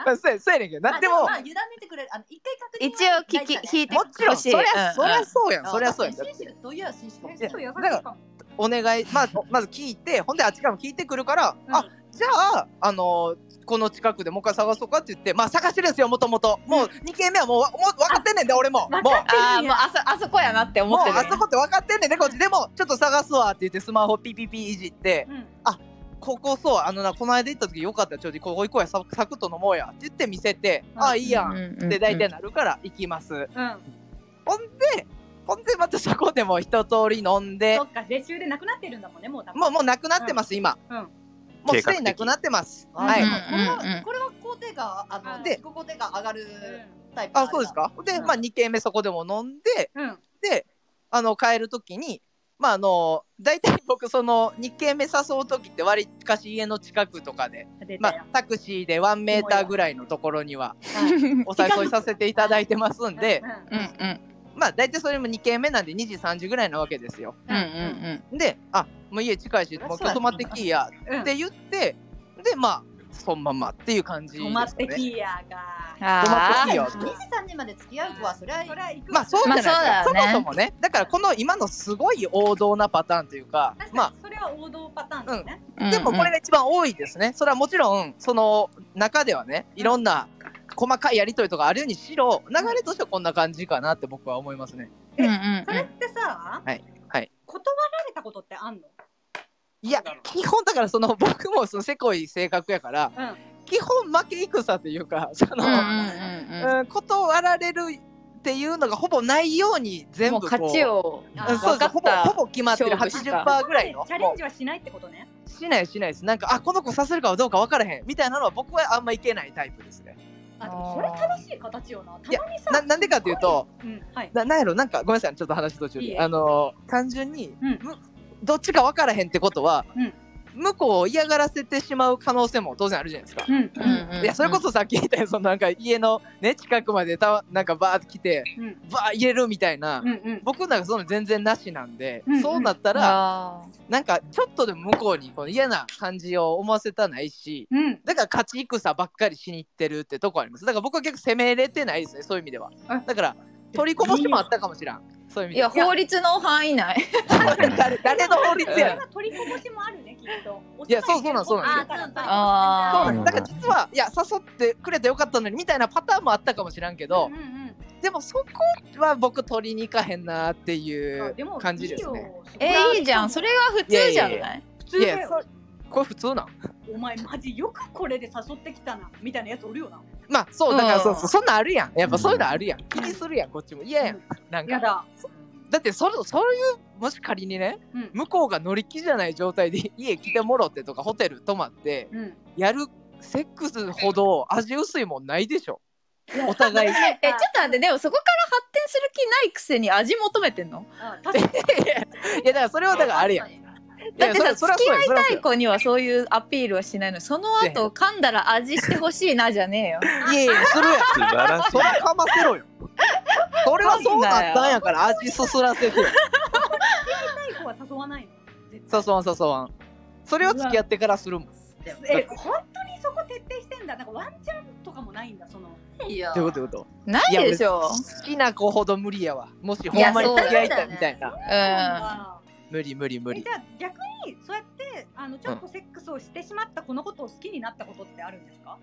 Speaker 1: まあそうやそうやねんけどなで
Speaker 5: あ
Speaker 1: も
Speaker 5: まあ委ねてくれるあの一回確認
Speaker 2: 一応聞き引いて
Speaker 1: もちろん
Speaker 2: ほし
Speaker 1: そ
Speaker 2: い
Speaker 1: りゃ
Speaker 2: うん
Speaker 1: そりゃそうやんそりゃそうやん
Speaker 5: 紳士といえば紳士かも
Speaker 4: え
Speaker 5: し
Speaker 4: ち
Speaker 5: れ
Speaker 4: ょっ
Speaker 5: な
Speaker 4: と優
Speaker 5: い
Speaker 4: しい
Speaker 1: だ
Speaker 4: かも
Speaker 1: お願いまあまず聞いてほんであっちからも聞いてくるから、
Speaker 4: うん
Speaker 1: あじゃああのーこの近くでもう一回探そうかって言ってまあ探してるんですよもともともう2軒目はもうわもう分かってんねんで俺ももう
Speaker 2: ああもうあそあそこやなって思
Speaker 1: もう
Speaker 2: ってる
Speaker 1: あそこって分かってんねんでこっちでもちょっと探すわって言ってスマホピピピいじって
Speaker 4: うん
Speaker 1: ここそうあのなこの間行った時よかったちょっとここ行こうやササクッと飲もうやって言って見せて、
Speaker 4: うん
Speaker 1: あいいやん、
Speaker 2: うんうんうん
Speaker 1: って大体なるから行きます
Speaker 4: うん
Speaker 1: ほんでほんでまたそこでもう一通り飲んで
Speaker 4: そっか税収でなくなってるんだもんねもう多分
Speaker 1: もうもうなくなってます、今、
Speaker 4: うん
Speaker 1: もうすでになくなってます
Speaker 5: うん
Speaker 1: はい、
Speaker 2: うん
Speaker 5: これは
Speaker 2: うん
Speaker 5: これは肯定感あの
Speaker 4: で
Speaker 5: 自己肯定感上がるタイプの
Speaker 1: あそうですかで、
Speaker 4: うん
Speaker 1: まあ、2軒目そこでも飲んで
Speaker 4: うんうん
Speaker 1: であの帰る時にまああの大体僕その2軒目誘う時って割りかし家の近くとかで、
Speaker 4: 出
Speaker 1: ま
Speaker 4: たよ
Speaker 1: あ、タクシーで1メーターぐらいのところには
Speaker 2: うん
Speaker 1: お誘いさせていただいてますんで
Speaker 4: うん
Speaker 2: うんうん
Speaker 1: まあ大体それも2軒目なんで2時3時ぐらいなわけですよ
Speaker 2: うんうん
Speaker 1: であもう家近いしもう今日泊まってきいや
Speaker 4: うん
Speaker 1: って言ってでまあそのまんまっていう感じです
Speaker 4: 止
Speaker 1: か
Speaker 4: ま
Speaker 1: ね
Speaker 4: ってきやが
Speaker 2: うん
Speaker 1: 止ま
Speaker 2: あ
Speaker 1: ってきいよ
Speaker 5: 2時3時まで付き合う子はそりゃ
Speaker 4: それは行くわ
Speaker 1: まあそうじゃないですか、
Speaker 2: まあそ
Speaker 1: そう
Speaker 2: だよね
Speaker 1: もそもねだからこの今のすごい王道なパターンというか
Speaker 4: 確
Speaker 1: ま
Speaker 4: かにそれは王道パターンですね
Speaker 2: あ
Speaker 1: あでもこれが一番多いですねそれはもちろんその中ではねいろんな細かいやり取りとかあるようにしろ流れとしてはこんな感じかなって僕は思いますね
Speaker 2: うんうん
Speaker 4: それってさ
Speaker 1: はいはい
Speaker 4: 断られたことってあんの
Speaker 1: いや基本だからその僕もそのせこい性格やから
Speaker 4: うん
Speaker 1: 基本負け戦というかそ
Speaker 2: うんう
Speaker 1: の、
Speaker 2: んうんうん
Speaker 1: うん、断られるっていうのがほぼないように全
Speaker 2: も
Speaker 1: 部
Speaker 2: う
Speaker 1: こう
Speaker 2: 勝ちを
Speaker 1: うんそうそ
Speaker 2: 分か
Speaker 1: う
Speaker 2: っ
Speaker 1: ほぼ
Speaker 2: た
Speaker 1: ほぼ決まってる
Speaker 2: 勝負しか
Speaker 1: 80%ぐらいの
Speaker 4: チャレンジはしないってことね
Speaker 1: しないしないですなんかあこの子させるかどうか分からへんみたいなのは僕はあんまいけないタイプですね
Speaker 4: あでもそれ正しい形よなたまにさ
Speaker 1: ななんでかっていうと
Speaker 4: うんはい
Speaker 1: ななんやろなんかごめんなさいちょっと話途中で
Speaker 4: いいえ
Speaker 1: あのー単純に、
Speaker 4: うん
Speaker 1: むどっちか分からへんってことは、
Speaker 4: うん
Speaker 1: 向こうを嫌がらせてしまう可能性も当然あるじゃないですか。
Speaker 4: うん
Speaker 5: うんうんうん
Speaker 1: いやそれこそさっき言ったようにそのなんか家のね近くまでたなんかバーって来て
Speaker 4: うん
Speaker 1: バー入れるみたいな、
Speaker 4: うんうん
Speaker 1: 僕なんかそういうの全然なしなんで、
Speaker 4: うんうん
Speaker 1: そうなったら
Speaker 5: あ
Speaker 1: なんかちょっとでも向こうにこの嫌な感じを思わせたないし
Speaker 4: うん
Speaker 1: だから勝ち戦ばっかりしに行ってるってとこありますだから僕は結構攻めれてないですねそういう意味では
Speaker 4: あ
Speaker 1: だから取りこぼしもあったかもしらんそういう意味
Speaker 2: い
Speaker 1: で
Speaker 2: や
Speaker 1: は
Speaker 2: 法律の範囲内
Speaker 1: 誰誰の法律やねん
Speaker 4: 取りこぼしもあるねきっと
Speaker 1: いやそうそうなんそうなん
Speaker 5: ですよ
Speaker 2: あー
Speaker 1: そうなんですだから実はいや誘ってくれてよかったのにみたいなパターンもあったかもしらんけど、
Speaker 4: うんうん
Speaker 1: でもそこは僕取りに行かへんなってい
Speaker 4: うんあ
Speaker 1: う
Speaker 4: でも
Speaker 1: 感じですね。
Speaker 2: え いいじゃんそれが普通じゃない
Speaker 1: いやいやいや
Speaker 4: 普
Speaker 1: い
Speaker 4: 通
Speaker 1: や
Speaker 4: だよ
Speaker 1: そこれ普通なん
Speaker 4: お前マジよくこれで誘ってきたなみたいなやつおるよな
Speaker 1: まあそうだから
Speaker 2: うん
Speaker 1: そうそうそんなんあるやんやっぱそういうのあるやん気にするやんこっちも嫌やんなん
Speaker 4: や
Speaker 1: か
Speaker 4: だ
Speaker 1: だってそそういうもし仮にね
Speaker 4: うん
Speaker 1: 向こうが乗り気じゃない状態で 家来てもろってとかホテル泊まって
Speaker 4: うん
Speaker 1: やるセックスほど味薄いもんないでしょお互いい
Speaker 2: えちょっと待ってでもそこから発展する気ないくせに味求めてんの
Speaker 4: あ確かに
Speaker 1: やだからそれはだからあれやんい
Speaker 2: だっ
Speaker 1: や
Speaker 2: て
Speaker 1: そ
Speaker 2: さ
Speaker 1: れそれ
Speaker 2: 付
Speaker 1: はそう
Speaker 2: き合
Speaker 1: やそれはそう
Speaker 2: いたい
Speaker 1: や
Speaker 2: 子にはそういうアピールはしないのその後噛んだら味してほしいなじゃねえよ
Speaker 1: いやいやするやん
Speaker 3: 素晴らしい
Speaker 1: それかませろよそれはそうなったんやから味すすらせてよ
Speaker 4: 若い子は誘 わないの絶対
Speaker 1: 誘わん誘わんそれを付き合ってからするもん
Speaker 4: え本当にそこ徹底してんだなんかワンチャンとかもないんだその
Speaker 5: いや
Speaker 1: どういうことどういうこと
Speaker 2: ないでしょ
Speaker 1: 好きな子ほど無理やわもしほ
Speaker 2: いや
Speaker 1: んまに
Speaker 2: そうだ
Speaker 1: 付
Speaker 2: よ
Speaker 1: き合いたいみたいな、
Speaker 2: う
Speaker 1: 無理無理無
Speaker 4: え
Speaker 1: 理
Speaker 4: じゃあ逆にそうやってあのちょっとセックスをしてしまったこのことを好きになったことってあるんですか、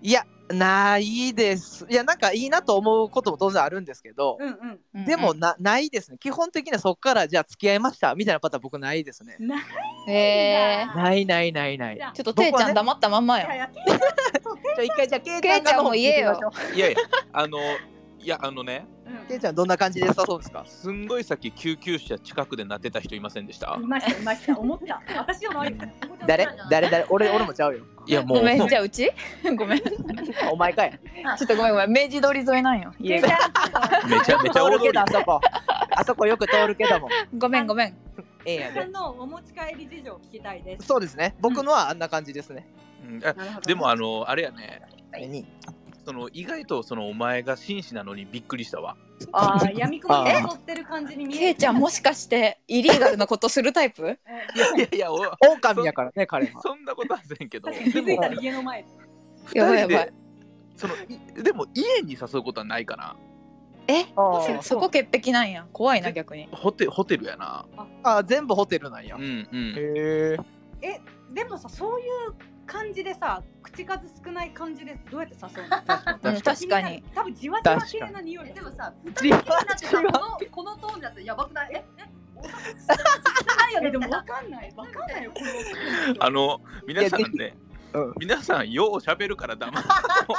Speaker 1: いやないですいやなんかいいなと思うことも当然あるんですけど、
Speaker 4: うんうん
Speaker 2: ん
Speaker 1: でもなないですね基本的にはそっからじゃあ付き合いましたみたいなパターン僕ないですね
Speaker 4: ない
Speaker 2: へえ
Speaker 4: んだ
Speaker 1: ないないないない
Speaker 4: じ
Speaker 1: じゃ
Speaker 4: ゃあ
Speaker 2: ちょっとていちゃん
Speaker 1: 僕
Speaker 2: 黙ったまんま
Speaker 4: いやい
Speaker 2: よ
Speaker 4: やていちゃんそうてい
Speaker 1: あ一回じゃあけい
Speaker 2: けいちゃんも
Speaker 1: 聞い
Speaker 2: 言え
Speaker 1: てみま
Speaker 2: よ
Speaker 1: しょう
Speaker 3: いやいや、あの、いや、あのね、
Speaker 4: うん
Speaker 1: けいちゃんどんな感じでさそうですか
Speaker 3: すんごいさっき救急車近くで鳴ってた人いませんでした
Speaker 4: いましたいました思った私じゃないよ
Speaker 1: 誰誰誰俺俺もちゃうよ
Speaker 3: いや、もう
Speaker 2: ご、めんじゃあうちごめんちょ
Speaker 1: お前かい
Speaker 2: っとごめんごめん明治通り沿いなんよ
Speaker 4: て
Speaker 2: 家
Speaker 4: いち
Speaker 2: が
Speaker 4: ゃん
Speaker 3: めちゃ めちゃ
Speaker 1: 通
Speaker 3: 大
Speaker 1: る
Speaker 3: 通り
Speaker 1: けどあそこあそこよく通るけども
Speaker 2: ごめんごめん
Speaker 1: ええ
Speaker 4: て
Speaker 1: や
Speaker 4: い ちゃ
Speaker 1: で
Speaker 4: んのお持ち帰り事情を聞きたいです
Speaker 1: そうですね僕のはあんな感じですね、
Speaker 3: うんあでも、あの、あれやね、
Speaker 1: に
Speaker 3: その意外とそのお前が紳士なのにびっくりしたわ。
Speaker 4: ああ闇雲に踊ってる感じに見
Speaker 2: け
Speaker 4: え
Speaker 2: い
Speaker 4: る
Speaker 2: ちゃんもしかしてイリーガルなことするタイプ
Speaker 3: いやいやいや、お
Speaker 1: 狼やからね彼は
Speaker 3: そんなことはせんけど、
Speaker 4: 確か に気づ
Speaker 3: で
Speaker 4: い
Speaker 3: も
Speaker 4: たら家の前
Speaker 3: 二
Speaker 2: やばいや
Speaker 3: 人
Speaker 2: ばい
Speaker 3: で、そのいでも家に誘うことはないかな。
Speaker 2: え
Speaker 1: あ
Speaker 2: そ
Speaker 1: ー
Speaker 2: そこ潔癖なんや怖いな逆に
Speaker 3: ホテホテルやな。
Speaker 1: あ全部ホテルなんや、
Speaker 3: う
Speaker 1: へ
Speaker 3: んうん。
Speaker 1: え
Speaker 4: えでもさそういう感じでさ口数少ない感じでどうやって誘うの
Speaker 2: うん確か
Speaker 4: 気
Speaker 2: に
Speaker 4: になる多分じわじわ系な匂い
Speaker 5: でもさ、二人きりになってさ、このこのトーンだとやばくない？え、え、お酒進まないよね
Speaker 4: えで
Speaker 5: み
Speaker 4: も
Speaker 5: たいな
Speaker 4: わ。かんないわかんないよこの
Speaker 3: あの皆さん
Speaker 1: い
Speaker 3: ね、
Speaker 1: うん
Speaker 3: 皆さんよう喋るから黙っ ま周りをね、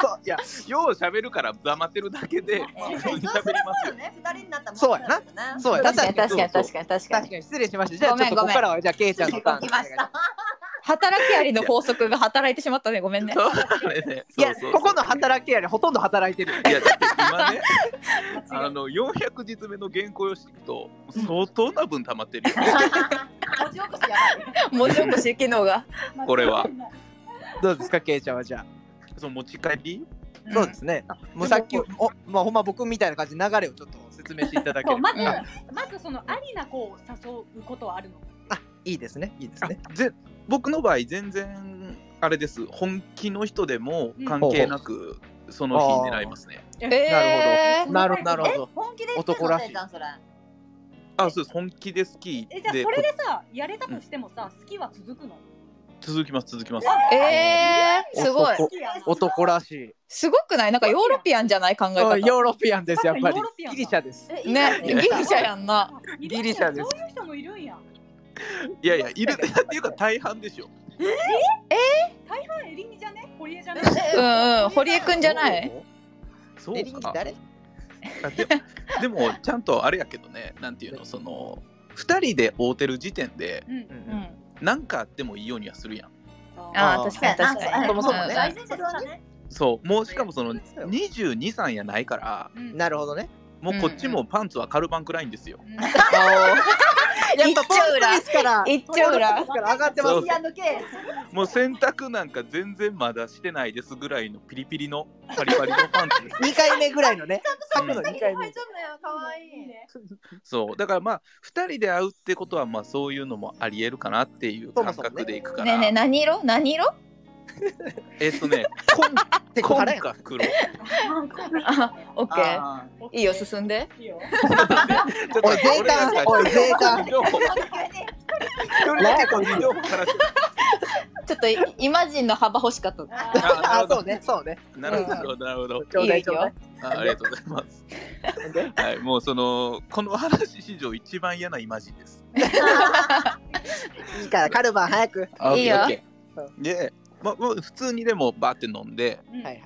Speaker 1: そういや
Speaker 3: よう喋るから黙ってるだけ で、
Speaker 5: え
Speaker 3: 普
Speaker 5: そ
Speaker 3: 通
Speaker 5: う
Speaker 3: に
Speaker 5: そ
Speaker 3: 喋ります
Speaker 5: う
Speaker 3: よ。
Speaker 5: よね。二人になったら
Speaker 1: そうやな
Speaker 5: そ
Speaker 1: そうや
Speaker 2: 確
Speaker 1: 確
Speaker 2: か
Speaker 1: か
Speaker 2: に
Speaker 1: に
Speaker 2: 確かに
Speaker 3: そう
Speaker 2: 確
Speaker 3: そう
Speaker 2: かに確か
Speaker 1: 確
Speaker 2: に
Speaker 1: かに失礼しましたじゃあ
Speaker 2: ご
Speaker 1: ちょ
Speaker 2: め
Speaker 1: っ
Speaker 2: ん
Speaker 1: とここからはじゃあケイちゃんのターン
Speaker 5: きました。
Speaker 2: 働きありの法則が働いてしまったねごめんね
Speaker 3: そうだね。
Speaker 1: いや
Speaker 3: そうそうそう
Speaker 1: ここの働きやりほとんど働いてるよ
Speaker 3: いやだって今 ね、
Speaker 4: 間違
Speaker 3: あの400日目の原稿用紙聞くと相当な分溜まってる よね。
Speaker 5: 文字起こしやばい。
Speaker 2: 文字起こし機能が
Speaker 4: い
Speaker 3: これは
Speaker 1: どうですかケイちゃんはじゃあ、
Speaker 3: その持ち帰り
Speaker 1: そうですねもうさっきお、まあ、ほんま僕みたいな感じで流れをちょっと説明していただけ
Speaker 4: そ
Speaker 1: れ
Speaker 4: う
Speaker 1: ば
Speaker 4: まず、まずそのありな子を誘うことはあるの
Speaker 1: いいですねいいです
Speaker 3: あ
Speaker 1: ね
Speaker 3: ぜ僕の場合全然あれです本気の人でも関係なくその日狙いますね、
Speaker 2: えー、
Speaker 1: なるほどなるほど
Speaker 5: 本気で
Speaker 1: 男らしい
Speaker 5: じゃんそれ。
Speaker 3: あそうです本気で好き
Speaker 4: えじゃあ
Speaker 3: で
Speaker 4: それでさやれたとしてもさ好きは続くの
Speaker 3: 続きます続きます
Speaker 2: えー、すごい
Speaker 1: 男男らしい
Speaker 2: すごくないなんかヨーロピアンじゃない考え
Speaker 1: う
Speaker 2: 方
Speaker 1: んヨーロピアンですやっぱ
Speaker 4: ヨ
Speaker 1: り
Speaker 4: ーロピアンだ
Speaker 1: ギリシャです
Speaker 5: え
Speaker 2: ねギ
Speaker 3: いや
Speaker 2: リシャやんな
Speaker 4: ギ
Speaker 1: リシャです
Speaker 4: そういう人もいるんや
Speaker 3: いやいやいるっていうか大半でしょ
Speaker 4: 大半エリンギじゃね堀江じゃね
Speaker 2: うんうん堀江くんじゃない
Speaker 3: そう
Speaker 1: エリンギ
Speaker 3: か
Speaker 1: 誰
Speaker 3: あででもちゃんとあれやけど ねなんていうのその2人で会うてる時点で
Speaker 4: うん
Speaker 1: うん
Speaker 2: うん
Speaker 3: 何かあってもいいようにはするやん
Speaker 2: あ
Speaker 1: あ
Speaker 2: ー
Speaker 1: ー
Speaker 2: 確かに確かに
Speaker 1: そもそもね
Speaker 5: 大事だね。
Speaker 3: そうもうしかもその
Speaker 1: そうですよ
Speaker 3: 22歳やないから
Speaker 4: うん
Speaker 1: なるほどね
Speaker 3: もうこっちもパンツはカルバンくらいんですよ、
Speaker 4: うん
Speaker 1: あやっぱポールですから。
Speaker 2: 一丁裏
Speaker 1: ですから上がってま
Speaker 3: そ
Speaker 1: す
Speaker 3: う
Speaker 5: いや抜け
Speaker 3: もう洗濯なんか全然まだしてないですぐらいのピリピリのパリパリのパンツです。
Speaker 1: 二回目ぐらいのね。
Speaker 3: うん
Speaker 1: 履くの二回
Speaker 5: 履
Speaker 1: 目
Speaker 5: い。ちゃうんだよ可愛いいね
Speaker 3: そうだからまあ2人で会うってことはまあそういうのもありえるかなっていう感覚でいくか
Speaker 2: ね
Speaker 3: ら、
Speaker 2: えねえ何色何色
Speaker 3: えっとね
Speaker 1: て
Speaker 3: 紺
Speaker 1: か
Speaker 3: 紺
Speaker 1: らや
Speaker 3: か黒
Speaker 2: あオッケー
Speaker 5: あー
Speaker 2: いいよ進んで
Speaker 6: いいよ
Speaker 3: ちょっと
Speaker 1: おい
Speaker 3: 俺らが
Speaker 1: おいデータ
Speaker 3: 一人情報
Speaker 1: なん
Speaker 3: 一人情報から
Speaker 2: ちょっとイイマジンの幅欲しかった
Speaker 3: あ
Speaker 1: あ、そうね、そうね。
Speaker 3: なるほどなるほど
Speaker 1: ちょうだいちょうだい。
Speaker 3: あありがとうございますはいもうそのこの話史上一番嫌なイマジンです
Speaker 1: いいから、カルバン早く。はい
Speaker 2: いよ
Speaker 3: オッケーオッケーで、まあ、もう普通にでもバーって飲んで
Speaker 1: いはい。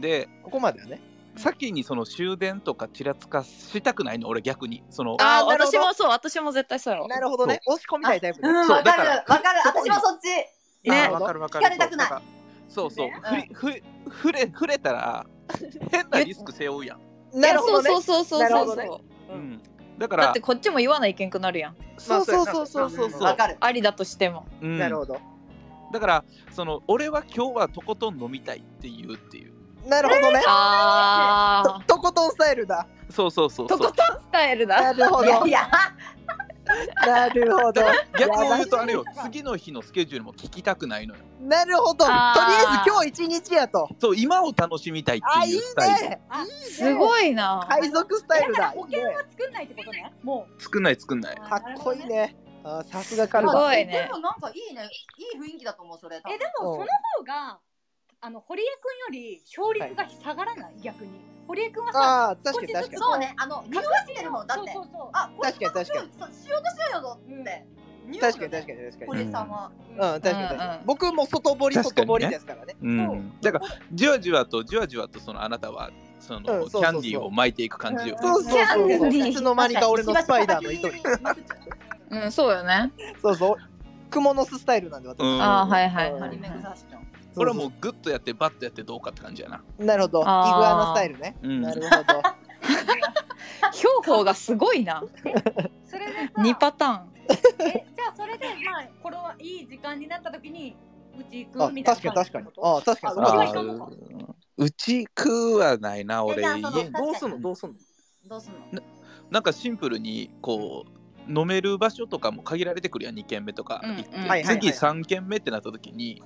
Speaker 3: で
Speaker 1: ここまではね。
Speaker 3: 先にその終電とかちらつかしたくないの俺逆にその
Speaker 2: あ
Speaker 1: あーなるほ
Speaker 2: 私
Speaker 1: ど
Speaker 2: もそう私も絶対そうやろ
Speaker 1: なるほどね。押し込みたいタイプね。
Speaker 5: うん
Speaker 3: そう
Speaker 5: わかる
Speaker 3: だ
Speaker 5: わかる私もそっち
Speaker 3: あ
Speaker 1: ね
Speaker 3: ーわかるわかる
Speaker 5: 聞かれたくない
Speaker 3: そうそう
Speaker 6: ね
Speaker 3: ふりふりふれ触れたら変なリスク背負うやん、
Speaker 1: なるほどね
Speaker 2: そう。そうそうそう
Speaker 1: なる
Speaker 2: そ
Speaker 1: ほど
Speaker 2: う、
Speaker 1: ね
Speaker 3: う
Speaker 1: うん
Speaker 3: ん、だか
Speaker 2: だっ
Speaker 3: ら
Speaker 2: てこっちも言わないけんくなるやん
Speaker 3: そうそうそうそうそうそう
Speaker 5: わかる
Speaker 2: ありだとしても
Speaker 3: うん
Speaker 1: なるほど。
Speaker 3: だからその俺は今日はとことん飲みたいって言うっていう
Speaker 1: なるほどね。
Speaker 2: あ
Speaker 1: ととことんスタイルだ。
Speaker 3: そうそうそう
Speaker 2: ー
Speaker 3: そ
Speaker 2: と
Speaker 3: う
Speaker 2: ことんスタイル
Speaker 1: な
Speaker 2: だ
Speaker 1: るほ
Speaker 5: いや
Speaker 1: ど
Speaker 5: い。や
Speaker 1: なるほど。
Speaker 3: 逆を言うとあれよ次の日のスケジュールも聞きたくないのよ
Speaker 1: なるほど。とり
Speaker 2: あー
Speaker 1: あえず今日一日やと。
Speaker 3: そう今を楽しみたいっ
Speaker 1: あ、
Speaker 3: て
Speaker 1: い
Speaker 3: い
Speaker 1: いう
Speaker 3: スタイル
Speaker 1: ね。
Speaker 2: すごいな
Speaker 1: 海賊スタイルだ。いい
Speaker 4: 保険
Speaker 1: ね
Speaker 4: は作んないってことね。も。
Speaker 3: 作んない作んないう
Speaker 1: かっこいいね。あーさすがカル
Speaker 2: す
Speaker 1: バン。
Speaker 2: ごいね
Speaker 5: でもなんかいいねいい雰囲気だと思うそれ多分
Speaker 4: えでもその方があの堀江君より勝率が下がらない、逆に。堀江君はさ、
Speaker 1: ああ、確かに確かに。
Speaker 5: そうねあの匂いしてるもんだって
Speaker 4: そうそうそう。
Speaker 5: あこれ
Speaker 1: 確かに確かに
Speaker 5: そうしようとしようよぞって
Speaker 1: 確かに確かに確かに
Speaker 5: こ。れさま
Speaker 1: うん、確かに確
Speaker 2: うん
Speaker 1: か
Speaker 2: う
Speaker 1: に。
Speaker 2: ん
Speaker 1: 僕も外堀外堀ですからね。
Speaker 3: うん、だからじわじわとじわじわとそのあなたはその、
Speaker 1: うんそうそうそう
Speaker 3: キャンディーを巻いていく感じよ、ね
Speaker 1: そうそうそう
Speaker 2: キャンデ
Speaker 1: そう。
Speaker 2: ィー
Speaker 1: いつの間にか俺のスパイダーの糸に。
Speaker 2: うんそうよね
Speaker 1: そうそう。クモの巣スタイルなんで私。
Speaker 3: うん
Speaker 2: ああはいはい
Speaker 1: うん
Speaker 2: は
Speaker 5: リ
Speaker 2: い
Speaker 5: メグザション
Speaker 1: そう
Speaker 3: これ
Speaker 1: そう
Speaker 3: はもうグッとやってバッとやってどうかって感じやな、
Speaker 1: なるほど。イグ
Speaker 2: あー
Speaker 1: アナスタイルね。
Speaker 3: うん、
Speaker 1: なるほど。
Speaker 2: 標高がすごいな
Speaker 4: それで
Speaker 2: 2
Speaker 4: さ、
Speaker 2: パターン
Speaker 4: えじゃあそれでまあこれはいい時間になった時にうち行
Speaker 1: あ
Speaker 4: くみたい
Speaker 1: 確か
Speaker 4: な
Speaker 1: に確かに。あ確かに。
Speaker 4: あ
Speaker 1: そう
Speaker 4: ー
Speaker 1: だ
Speaker 4: う
Speaker 3: うち食わないな俺
Speaker 5: いやいやその
Speaker 3: 家
Speaker 5: どうすん
Speaker 1: のどうすんの
Speaker 5: どうすんの
Speaker 3: なんかシンプルにこう飲める場所とかも限られてくるやん2軒目とか、
Speaker 2: うんうん
Speaker 3: 一軒
Speaker 1: はいはいはい
Speaker 3: 次3軒目ってなった時に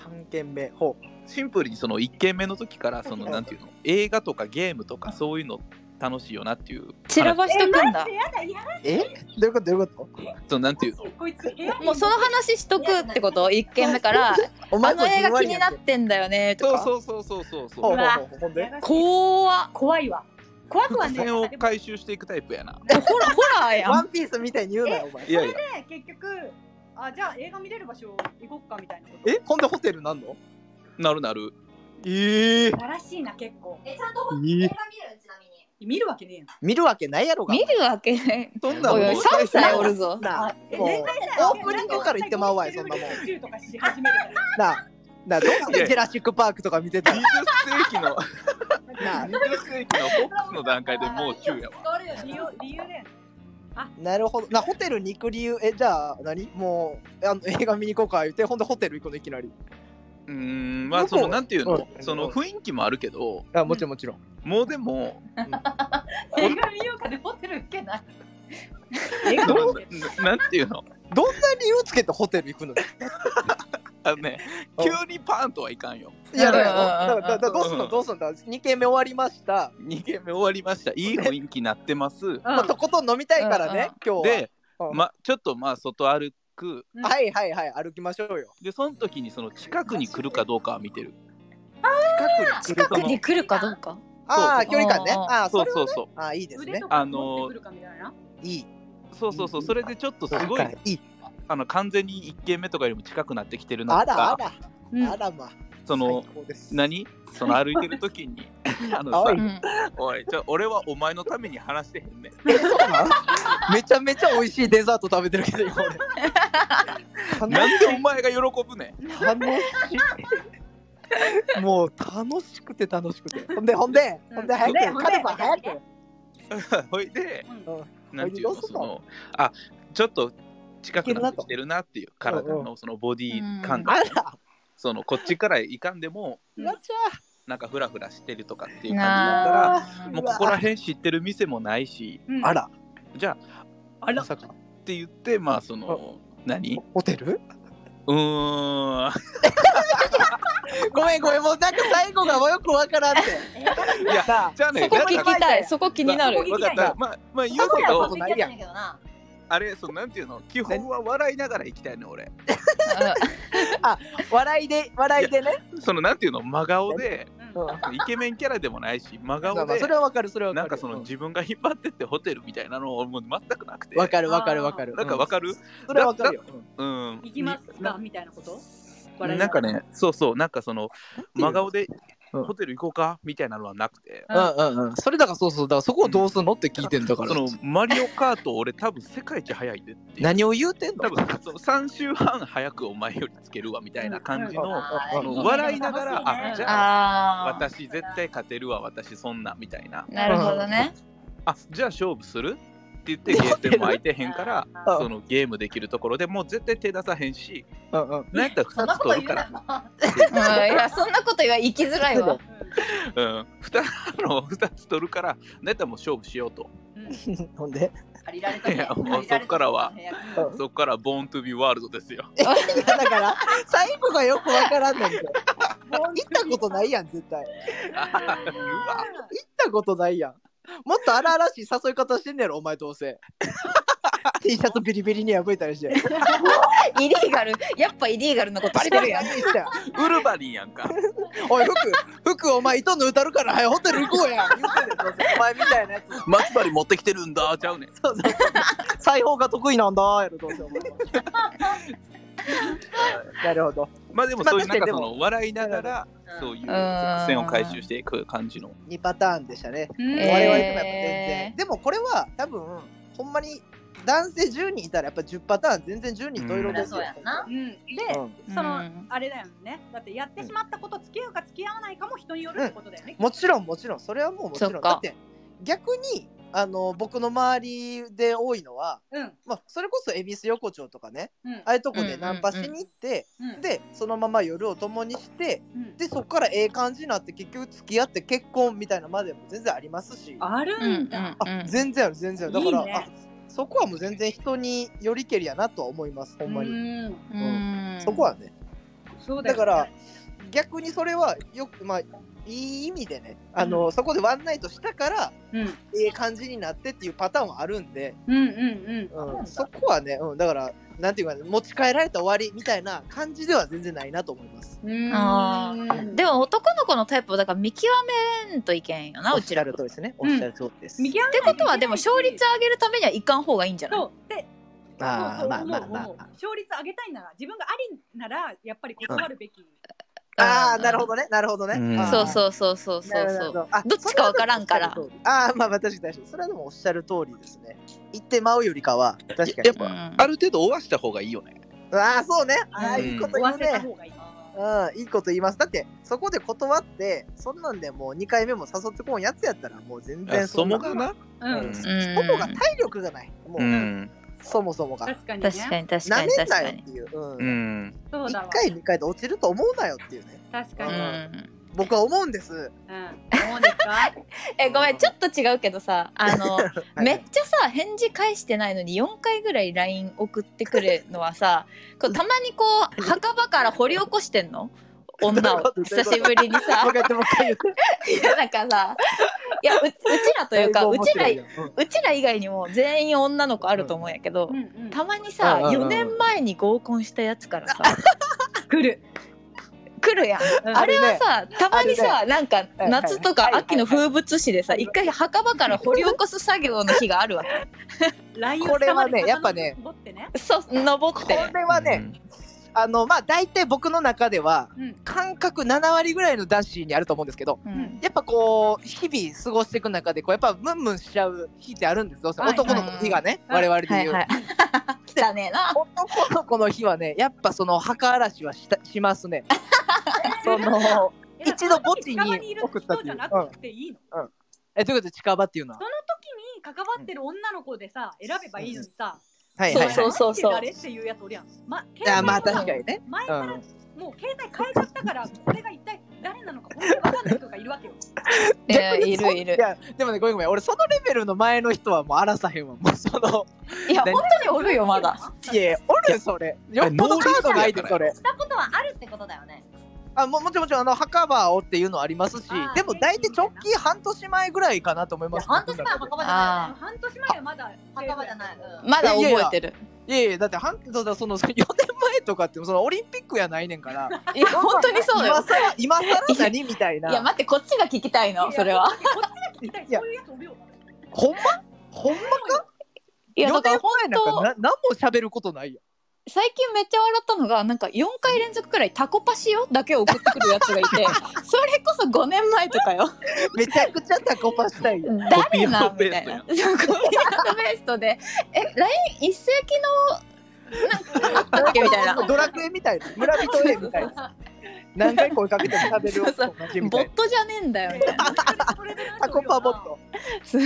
Speaker 1: ?3 軒目。ほう。
Speaker 3: シンプルにその1軒目の時からそのなんていうの映画とかゲームとかそういうの楽しいよなっていう
Speaker 2: 散らばしとくんだ
Speaker 4: えやだや
Speaker 1: えどういうことどういうこと
Speaker 3: そのなんていうの
Speaker 4: だこいつえ
Speaker 2: もうその話しとくってこと1件目 から
Speaker 1: お
Speaker 2: あ
Speaker 1: 前
Speaker 2: の映画気にな
Speaker 1: て
Speaker 2: ってんだよねと
Speaker 3: そう
Speaker 2: かう
Speaker 3: そうそうそうそう
Speaker 1: ほ
Speaker 3: そう
Speaker 1: ほ
Speaker 3: う
Speaker 1: うほう。ほんで
Speaker 4: やらしい
Speaker 2: 怖っ
Speaker 4: 怖いわ怖くはね
Speaker 3: 線を
Speaker 4: でも
Speaker 3: 回収していくタイプやな
Speaker 2: ホラ ホラーや
Speaker 1: ワ
Speaker 2: ん
Speaker 1: ンピースみたいに言うなよ、お前
Speaker 3: い。やいや
Speaker 4: ね結局あじゃあ映画見れる場所行こっかみたいなこと
Speaker 1: えほんでホテルなんの
Speaker 3: なるなる
Speaker 1: ええ
Speaker 4: やらしいな結構
Speaker 5: えちゃんと
Speaker 1: え
Speaker 5: 映画見る
Speaker 1: ー
Speaker 5: ちなみに
Speaker 4: 見るわけねえやん
Speaker 1: 見るわけないやろが。
Speaker 2: 見るわけね
Speaker 1: そんな
Speaker 2: お
Speaker 1: の
Speaker 2: いおい3歳おるぞ
Speaker 1: なあ
Speaker 4: え
Speaker 1: もう
Speaker 4: 全体だよ
Speaker 1: オープニングから言ってまうわよそんなもん
Speaker 4: 50とかし始めるから
Speaker 1: なあなあどうしてジェラシック・パークとか見てた
Speaker 3: 20
Speaker 1: ら
Speaker 3: 世紀の
Speaker 1: なあ
Speaker 3: 20世紀のフォックスの段階でもう中やわ
Speaker 5: わ
Speaker 4: 理由理由だよね
Speaker 1: なるほどなホテルに行く理由えじゃあ何もうあの映画見に行こうか言ってほんでホテル行くのいきなり
Speaker 3: うーんまあそのなんていうの
Speaker 1: うん
Speaker 3: その雰囲気もあるけど
Speaker 1: あもちろんもちろん
Speaker 3: もうでも
Speaker 5: 映画見ようかでホテル行けない
Speaker 4: 映画
Speaker 3: な
Speaker 4: 見て
Speaker 3: ななんていうの
Speaker 1: どんな理由つけてホテル行くの
Speaker 3: あのね
Speaker 1: うん
Speaker 3: 急にパーンとはいかんよ
Speaker 1: いやだよ
Speaker 2: うんうんうん
Speaker 1: だだだどうすんのどうすんの2軒目終わりました、
Speaker 3: 2軒目終わりましたいい雰囲気になってます
Speaker 1: まあ、とことん飲みたいからね、今日は
Speaker 3: で、
Speaker 1: うん
Speaker 3: ま、ちょっとまあ外歩く
Speaker 1: はいはいはい歩きましょうよ
Speaker 3: でその時にその近くに来るかどうかは見てる
Speaker 1: 近くに
Speaker 2: 近くに来るかどうか
Speaker 1: ああ距離感ね
Speaker 2: うんうん
Speaker 1: ああ
Speaker 3: そ
Speaker 1: そうれは
Speaker 3: そうそう
Speaker 1: ああいいです
Speaker 4: 腕
Speaker 1: ね
Speaker 4: とか持ってくるかみたいない
Speaker 1: い
Speaker 3: そうそうそうそれでちょっとすごい
Speaker 1: なんかいい
Speaker 3: あの完全に1軒目とかよりも近くなってきてるな
Speaker 1: あ
Speaker 3: と
Speaker 1: らあ、
Speaker 3: から
Speaker 4: うん
Speaker 1: あらまあ
Speaker 3: その
Speaker 1: 最高です
Speaker 3: 何その歩いてる時に あの
Speaker 1: 青
Speaker 3: さ
Speaker 1: い
Speaker 2: うん
Speaker 3: おいちょ俺はお前のために話してへんねん
Speaker 1: えそうなの めちゃめちゃ美味しいデザート食べてるけど今俺
Speaker 3: なんでお前が喜ぶね
Speaker 1: 楽しいもう楽しくて楽しくてほんでほんで
Speaker 4: うん
Speaker 1: ほんで早
Speaker 4: ほんで
Speaker 1: くカルパ早く
Speaker 3: ん ほいで
Speaker 1: うん
Speaker 3: なんていう
Speaker 1: ほ
Speaker 3: の
Speaker 1: いでどうす
Speaker 3: そ
Speaker 1: んの
Speaker 3: のあちょっと近くなってきてるなっていう体
Speaker 1: うん
Speaker 3: のそのボディ感が、
Speaker 1: あら
Speaker 3: そのこっちからいかんでも
Speaker 1: ガチ
Speaker 3: なんかフラフラしてるとかっていう感じだったら
Speaker 2: な
Speaker 1: ャ
Speaker 3: もうここら辺知ってる店もないし
Speaker 4: うん
Speaker 1: あら
Speaker 3: じゃ
Speaker 1: あ
Speaker 3: あ
Speaker 1: ら
Speaker 3: 大阪って言ってまあその何
Speaker 1: ホテル
Speaker 3: うーん
Speaker 1: ごめんごめんもうなんか最後がよくわからんって
Speaker 3: いや
Speaker 1: さ
Speaker 3: じゃあね
Speaker 2: そこ聞
Speaker 3: だ
Speaker 2: き
Speaker 3: から
Speaker 2: たい。そこ気になる
Speaker 4: そこ。
Speaker 3: わかったまあまあ言うけ
Speaker 1: そ
Speaker 3: ど
Speaker 1: うことないやん
Speaker 5: けどな。
Speaker 3: あれそのなんていうの基本は笑いながら行きたいの俺
Speaker 1: あ笑いで笑いでね
Speaker 3: そのなんていうの真顔で
Speaker 1: うん
Speaker 3: イケメンキャラでもないし真
Speaker 1: まあ
Speaker 3: 顔
Speaker 1: まあ
Speaker 3: で
Speaker 1: それはわかるそれはわか
Speaker 3: な
Speaker 1: る
Speaker 3: んかその
Speaker 1: うん
Speaker 3: 自分が引っ張ってってホテルみたいなのをもう全くなくて
Speaker 1: わかるわかるわかる
Speaker 3: なんかわかる
Speaker 1: それはわかるようん
Speaker 3: うん
Speaker 4: 行きますかみたいなこと笑い
Speaker 3: なんかねそうそうなんかその
Speaker 1: いうの
Speaker 3: 真顔で
Speaker 1: うん
Speaker 3: ホテル行こうかみたいなのはなくて
Speaker 1: うんうんうんそれだからそうそうだからそこをどうすんのって聞いてんだから
Speaker 3: そのマリオカート俺多分世界一速いでっていう
Speaker 1: 何を言うてんの
Speaker 3: 多分その3週半早くお前よりつけるわみたいな感じ
Speaker 1: うん
Speaker 3: の
Speaker 5: あ
Speaker 1: う
Speaker 5: ー
Speaker 1: ん
Speaker 3: そ
Speaker 1: うん
Speaker 3: の笑いなが
Speaker 5: いいね楽しい
Speaker 3: ら
Speaker 5: ね
Speaker 3: あじゃあ
Speaker 2: ああ。
Speaker 3: 私絶対勝てるわ私そんなみたいな
Speaker 2: なるほどね。
Speaker 3: あじゃあ勝負するって言ってゲーセンも空いてへんから
Speaker 1: うん
Speaker 3: そのゲームできるところでもう絶対手出さへんし
Speaker 1: うんうん
Speaker 3: なんやったら
Speaker 5: そん
Speaker 3: 2
Speaker 5: な
Speaker 3: つ
Speaker 5: こと
Speaker 3: 取
Speaker 5: 言
Speaker 3: る
Speaker 5: う
Speaker 3: か
Speaker 5: な
Speaker 3: ら
Speaker 2: う
Speaker 5: よ。
Speaker 2: んいやそんなこと言わ行きづら いわ。
Speaker 3: うん、2, の2つ取るからなんやったらもう勝負しようと
Speaker 1: ほんで
Speaker 5: 借りられたね
Speaker 3: いやもう
Speaker 5: 借りら
Speaker 3: そ
Speaker 5: れた
Speaker 3: っからは
Speaker 5: 部屋
Speaker 1: うん
Speaker 3: そこからボーントゥビーワールドですよ
Speaker 1: いや だから最後がよくわからんねんて行ったことないやん絶対行
Speaker 3: あるわ
Speaker 1: ったことないやんもっと荒々しい誘い方してんねやろお前どう せ T シャツビリビリに破いたりして
Speaker 2: イリーガル。やっぱイリーガルのことしてるやん。
Speaker 1: 何してん
Speaker 3: ウルヴァリンやんか
Speaker 1: おい服服お前糸縫うたるから早いホテル行こうや言ってんねんどうせお前みたいなやつ
Speaker 3: 松張持ってきてるんだちゃうねん
Speaker 1: そうそう裁縫が得意なんだやろどうせお前 はなるほど
Speaker 3: まあでも
Speaker 1: まあ
Speaker 3: そういうなん
Speaker 1: 確かに
Speaker 3: かそ
Speaker 1: で
Speaker 3: の笑いながら
Speaker 5: うん
Speaker 3: そういう伏線を回収していく感じの
Speaker 1: 2パターンでしたね
Speaker 4: うん
Speaker 2: えー
Speaker 1: 我々ともやっぱ全然でもこれは多分ほんまに男性10人いたらやっぱ10パターン全然10人といろですよ
Speaker 5: うんそりゃそうやな
Speaker 4: うん、で、
Speaker 1: う
Speaker 4: その、
Speaker 2: うん
Speaker 4: あれだよねだってやってしまったこと付き合うか付き合わないかも人によるってことだよね、
Speaker 1: もちろんもちろんそれはもうもちろ
Speaker 2: そ
Speaker 1: ん
Speaker 2: っか
Speaker 1: だって逆にあの僕の周りで多いのは、
Speaker 4: うん
Speaker 1: まあ、それこそ恵比寿横丁とかね
Speaker 4: うん
Speaker 1: ああいうとこでナンパしに行って、
Speaker 4: うん
Speaker 1: でそのまま夜を共にして
Speaker 4: うん
Speaker 1: でそっからええ感じになって結局付き合って結婚みたいなまでも全然ありますしあ
Speaker 4: ある
Speaker 2: うんうん
Speaker 4: んだ、
Speaker 1: 全然ある全然あるだから
Speaker 4: いいね
Speaker 1: あそこはもう全然人によりけりやなとは思いますほんまに。
Speaker 4: うん
Speaker 2: うん。うん
Speaker 1: そこはね
Speaker 4: そう
Speaker 1: だ
Speaker 4: だよね
Speaker 1: から逆にそれはよくまあいい意味でねあの、そこでワンナイトしたから
Speaker 4: うん、
Speaker 1: ええ感じになってっていうパターンはあるんで、
Speaker 4: うんうん
Speaker 1: うん、そこはね、うん、だからなんていうかね持ち帰られた終わりみたいな感じでは全然ないなと思います。
Speaker 4: うんうん
Speaker 2: あでも男の子のタイプをだから見極めんといけんよな
Speaker 1: お
Speaker 2: う
Speaker 1: っ
Speaker 2: ち
Speaker 1: し
Speaker 2: ら
Speaker 1: ゃ
Speaker 2: っ
Speaker 1: る通りですね。お
Speaker 4: う
Speaker 1: っ
Speaker 4: ん
Speaker 1: しゃる通りです。
Speaker 4: 見極め
Speaker 2: てことはでも勝率上げるためにはいかん方がいいんじゃない
Speaker 4: そうで
Speaker 1: あ
Speaker 4: そ
Speaker 1: あ
Speaker 4: う
Speaker 1: まあ
Speaker 4: そ
Speaker 1: ま
Speaker 4: う思
Speaker 1: あ
Speaker 4: う
Speaker 1: まあ
Speaker 4: 思う。勝率上げたいなら自分がありならやっぱり断るべき、
Speaker 1: ああーなるほどねなるほどね。
Speaker 3: うん
Speaker 1: あー
Speaker 2: そうそうそうそうそう
Speaker 1: なる
Speaker 2: そ
Speaker 1: ほ
Speaker 2: う
Speaker 1: どあ
Speaker 2: どっちかわからんから
Speaker 1: それはでもおっしゃる通りああまあまあ確かに確かにそれはでもおっしゃる通りですね。行ってまうよりかは確かに
Speaker 3: やっ。ぱ、
Speaker 2: うん
Speaker 3: ある程度追わした方がいいよね
Speaker 1: ああそうね。ああいいこと
Speaker 4: 追
Speaker 1: 言
Speaker 4: わ
Speaker 1: う
Speaker 4: せ
Speaker 1: ね。
Speaker 4: た方がいい、
Speaker 1: うん、いいこと言います。だって、そこで断って、そんなんでもう2回目も誘ってこんやつやったら、もう全
Speaker 3: あ
Speaker 1: 然
Speaker 3: そ
Speaker 1: んな
Speaker 3: もかな
Speaker 4: うん
Speaker 1: うんそ
Speaker 2: うん
Speaker 1: もが体力がない。もう、
Speaker 3: うん
Speaker 1: そもそもが。
Speaker 4: 確かにね
Speaker 2: 確かに確か
Speaker 1: な
Speaker 2: に
Speaker 1: めん
Speaker 2: 確
Speaker 1: な
Speaker 2: か
Speaker 1: よ
Speaker 2: に
Speaker 1: っていう。う。
Speaker 3: うんん
Speaker 4: そうだわ
Speaker 1: 1回、2回で落ちると思うなよっていうね。
Speaker 4: 確
Speaker 2: う
Speaker 4: かに、うん
Speaker 2: ん
Speaker 1: 僕は思うんです。
Speaker 4: どうで すか
Speaker 2: えごめんちょっと違うけどさあの
Speaker 1: はい
Speaker 2: めっちゃさ返事返してないのに4回ぐらい LINE 送ってくるのはさこうたまにこう墓場から掘り起こしてんの女
Speaker 1: どう
Speaker 2: を
Speaker 1: いうこと
Speaker 2: 久しぶりにさ
Speaker 1: もう一回言ってもう一回言って。
Speaker 2: いやなんかさいやううちらというかうちら
Speaker 1: い。うん
Speaker 2: うちら以外にも全員女の子あると思うんやけど、
Speaker 4: うんうん
Speaker 2: たまに
Speaker 1: うんう
Speaker 2: さ、
Speaker 1: んうん
Speaker 2: 4年前に合コンしたやつから さ
Speaker 4: 来る、
Speaker 2: 来るやん
Speaker 4: うん
Speaker 2: あれはさたまにさ、なんか
Speaker 1: はい
Speaker 2: 夏とか
Speaker 1: はい
Speaker 2: 秋の風物詩でさ
Speaker 1: はい
Speaker 2: 一回墓場から掘り起こす作業の日がある わけ
Speaker 4: ライン
Speaker 1: これはねやっぱね
Speaker 4: 持って ね。
Speaker 2: そう登っ
Speaker 1: こ
Speaker 2: て
Speaker 1: れはね、あの、まあ、大体僕の中では、
Speaker 4: うん
Speaker 1: 感覚7割ぐらいの男子にあると思うんですけど、
Speaker 2: うん
Speaker 1: やっぱこう日々過ごしていく中でこうやっぱムンムンしちゃう日ってあるんですよ、
Speaker 4: はい
Speaker 1: 男の子の日がね、
Speaker 4: は
Speaker 1: 我
Speaker 4: い
Speaker 1: 々で
Speaker 2: は
Speaker 1: 言、
Speaker 2: いうはい 汚ねえな
Speaker 1: 男の子の日はねやっぱその墓荒らしはしたしますねそ の一度墓地に送
Speaker 4: 送
Speaker 1: っ
Speaker 4: った
Speaker 1: って
Speaker 4: た
Speaker 1: いう
Speaker 4: じゃなくていいの。
Speaker 1: えということで近場っていうのは
Speaker 4: その時に関わってる女の子でさ選べばいいのにさ、
Speaker 1: はいはいはい。
Speaker 2: そうそうそう
Speaker 4: マジで誰っていうやつおりゃん。ま、携
Speaker 1: あ
Speaker 4: 帯
Speaker 1: まあ
Speaker 4: と
Speaker 1: 確かにね。
Speaker 4: 前
Speaker 1: う
Speaker 4: から
Speaker 1: ん。
Speaker 4: もう携帯変えちゃったから、これが一体誰なのか、本当にわかんない人がいるわけよ。
Speaker 2: いや
Speaker 1: 逆に
Speaker 2: い
Speaker 1: そ
Speaker 2: るいる
Speaker 1: いやでもねごめんごめん俺そのレベルの前の人はもう荒さへんわもうその
Speaker 2: いや
Speaker 1: 何
Speaker 2: 本当におるよまだ
Speaker 1: いやいやおるそれよっぽどカードないでそれ
Speaker 5: したことはあるってことだよね。
Speaker 1: あももちろんもちろんあの墓場をっていうのはありますし
Speaker 4: あー
Speaker 1: でも大体直近半年前ぐらいかなと思います
Speaker 5: 半年前は墓場じゃな
Speaker 2: あ
Speaker 4: 半年前はまだ
Speaker 5: いよ。墓場じゃない。うん
Speaker 2: まだ覚えてる
Speaker 1: いやいやだって半そうだその4年前とかってそのオリンピックやないねんから
Speaker 2: いや本当にそうだ
Speaker 1: 今
Speaker 2: よ
Speaker 1: さら今さら何みたいない
Speaker 2: や待ってこっちが聞きたいのそれは。
Speaker 4: こっちが聞きたい、そういうやつおるよ。
Speaker 1: ほんまほんま
Speaker 2: いや
Speaker 1: 4
Speaker 2: だから
Speaker 1: 年
Speaker 2: 本
Speaker 1: 前なんか
Speaker 2: 当
Speaker 1: な何も喋ることないやん
Speaker 2: 最近めっちゃ笑ったのがなんか4回連続くらい「タコパしよ」だけを送ってくるやつが いてそれこそ5年前とかよ
Speaker 1: めちゃくちゃタコパしたいやん
Speaker 2: 誰な
Speaker 3: コ
Speaker 2: ん
Speaker 3: ピ
Speaker 2: み
Speaker 3: ー
Speaker 2: た
Speaker 3: ペ
Speaker 2: いな
Speaker 3: ー
Speaker 2: コピーアドベーストで「え LINE 一世紀のなんかあったっけ?」みたいな
Speaker 1: ドラクエみたいな村人 A みたいな何回声かけても喋る
Speaker 2: そう
Speaker 1: 同じみた
Speaker 2: ボ
Speaker 1: いな
Speaker 2: ットじゃねえんだよみたいな
Speaker 1: タコパボット
Speaker 2: す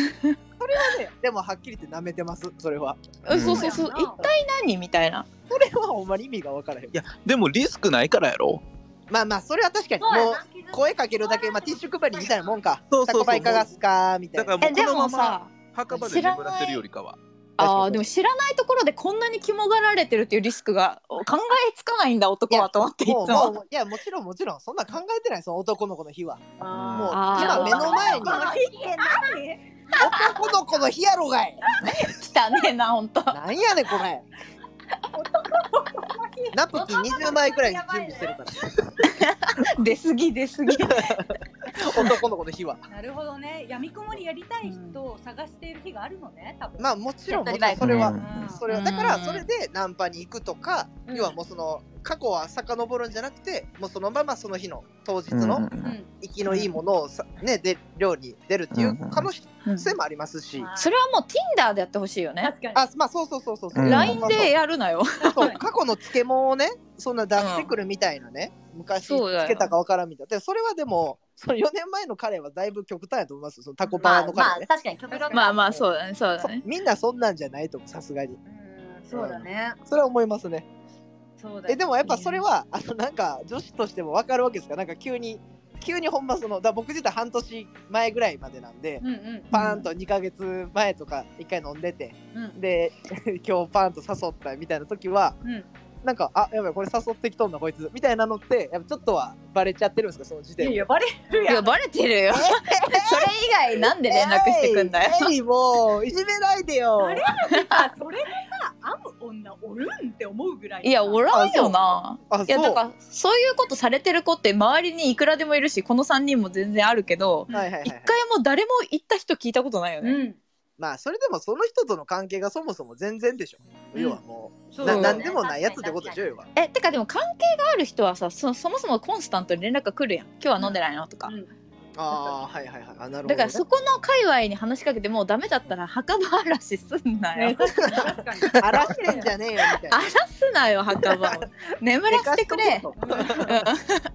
Speaker 1: でもはっきり言って舐めてますそれは
Speaker 3: うん
Speaker 2: そうそうそう一体何みたいな
Speaker 1: それはほんまに意味が分からへん
Speaker 3: いやでもリスクないからやろ
Speaker 1: まあまあそれは確かに
Speaker 5: そうや
Speaker 1: もう
Speaker 5: な傷
Speaker 1: 声かけるだけ、まあ、ティッシュ配りみたいなもんか。
Speaker 3: そうそうそう
Speaker 1: タコパイかがすかみた
Speaker 3: だ
Speaker 1: い
Speaker 3: から
Speaker 1: な。
Speaker 3: も
Speaker 2: え
Speaker 3: う
Speaker 2: で
Speaker 3: このま
Speaker 2: も
Speaker 3: ま
Speaker 2: さ
Speaker 3: 墓場で眠らせるよりかは
Speaker 2: あーでも知らないところでこんなに肝がられてるっていうリスクが考えつかないんだ男はと思っていつ
Speaker 1: も
Speaker 2: も
Speaker 1: うもういやもちろんもちろんそんな考えてないその男の子の日はもう
Speaker 2: あー
Speaker 1: 今目の前に
Speaker 5: この日って何
Speaker 1: 男の子の日やろがい
Speaker 2: 汚ねえな本当
Speaker 1: なんやねんこれナプキン20枚くらい準備してるから
Speaker 2: 出過ぎ出過ぎ
Speaker 1: 男の子の日は
Speaker 4: なるほどね。やみくもにやりたい人を探している日があるのね、多分。
Speaker 1: まあもちろんもちろんそれ
Speaker 3: う
Speaker 1: は
Speaker 3: ん
Speaker 4: うん
Speaker 1: それは
Speaker 2: うん
Speaker 1: だからそれでナンパに行くとか
Speaker 4: うん
Speaker 1: 要はもうその過去は遡るんじゃなくてもうそのままその日の当日
Speaker 3: う
Speaker 1: の
Speaker 3: んうん
Speaker 1: 生きのいいものをさねで料理に出るっていう可能性もありますし、
Speaker 2: それはもう Tinder でやってほしいよね
Speaker 4: 確かに。
Speaker 1: あ、まあそうそうそうそうそう。
Speaker 3: うん
Speaker 2: LINE でやるなよ
Speaker 1: そうそう過去の漬物をね、そんな出してくるみたいなね、昔
Speaker 2: そうだよ
Speaker 1: つけたかわからんみたいな。で、それはでも、その4年前の彼はだいぶ極端やと思いますよ。そのタコ
Speaker 5: ま
Speaker 1: パ
Speaker 5: あ
Speaker 1: ーの
Speaker 5: ま
Speaker 1: 彼
Speaker 5: あ
Speaker 1: ね。
Speaker 5: 確かに曲が
Speaker 2: まあまあそうだねそうだね
Speaker 1: そみんなそんなんじゃないと思う、さすがに。
Speaker 4: うんそうだね。
Speaker 1: それは思いますね。
Speaker 4: そうだ
Speaker 1: え、
Speaker 4: ね。
Speaker 1: でもやっぱそれは、あの、なんか女子としてもわかるわけですかなんか急に、急にほんまその、だ僕自体半年前ぐらいまでなんで、
Speaker 4: うんうん。
Speaker 1: パーンと2ヶ月前とか1回飲んでて、
Speaker 4: うん
Speaker 1: で 今日パーンと誘ったみたいな時は、
Speaker 4: うん
Speaker 1: なんかあやばいこれ誘ってきとんなこいつみたいなのってやっぱちょっとはバレちゃってるんですかその時
Speaker 4: いや
Speaker 1: 点
Speaker 4: い
Speaker 1: で。
Speaker 4: や、バレる
Speaker 2: いや
Speaker 4: やん。
Speaker 2: バレてるよそれ以外なんで連絡してくんだよ
Speaker 1: えいえいもういじめないでよ。
Speaker 4: バレるさ、それでさ、編む女おるんって思うぐらい。
Speaker 2: いやお
Speaker 4: る。
Speaker 2: らんよな
Speaker 1: あそう
Speaker 2: いやだからそういうことされてる子って周りにいくらでもいるしこの3人も全然あるけど
Speaker 1: はいはいはい
Speaker 2: 一
Speaker 1: は
Speaker 2: 回
Speaker 1: い、
Speaker 2: も誰も行った人聞いたことないよ
Speaker 4: う
Speaker 2: ね
Speaker 4: ん。
Speaker 1: まあそれでもその人との関係がそもそも全然でしょ、
Speaker 4: うん
Speaker 1: 要はもう
Speaker 4: そう
Speaker 1: な
Speaker 4: だ
Speaker 2: ん
Speaker 4: ね
Speaker 1: 何でもないやつってことでしょ要は
Speaker 2: えてかでも関係がある人はさそそもそもコンスタントに連絡が来るやん今日は飲んでないのとか、
Speaker 4: うん
Speaker 1: ああはいはいはいあなるほど、ね、
Speaker 2: だからそこの界隈に話しかけてもうダメだったら墓場嵐すんなよ、
Speaker 4: ね確かに確かに。
Speaker 1: 荒らしてんじゃねえよみたいな
Speaker 2: 荒らすなよ墓場を眠らせてくれ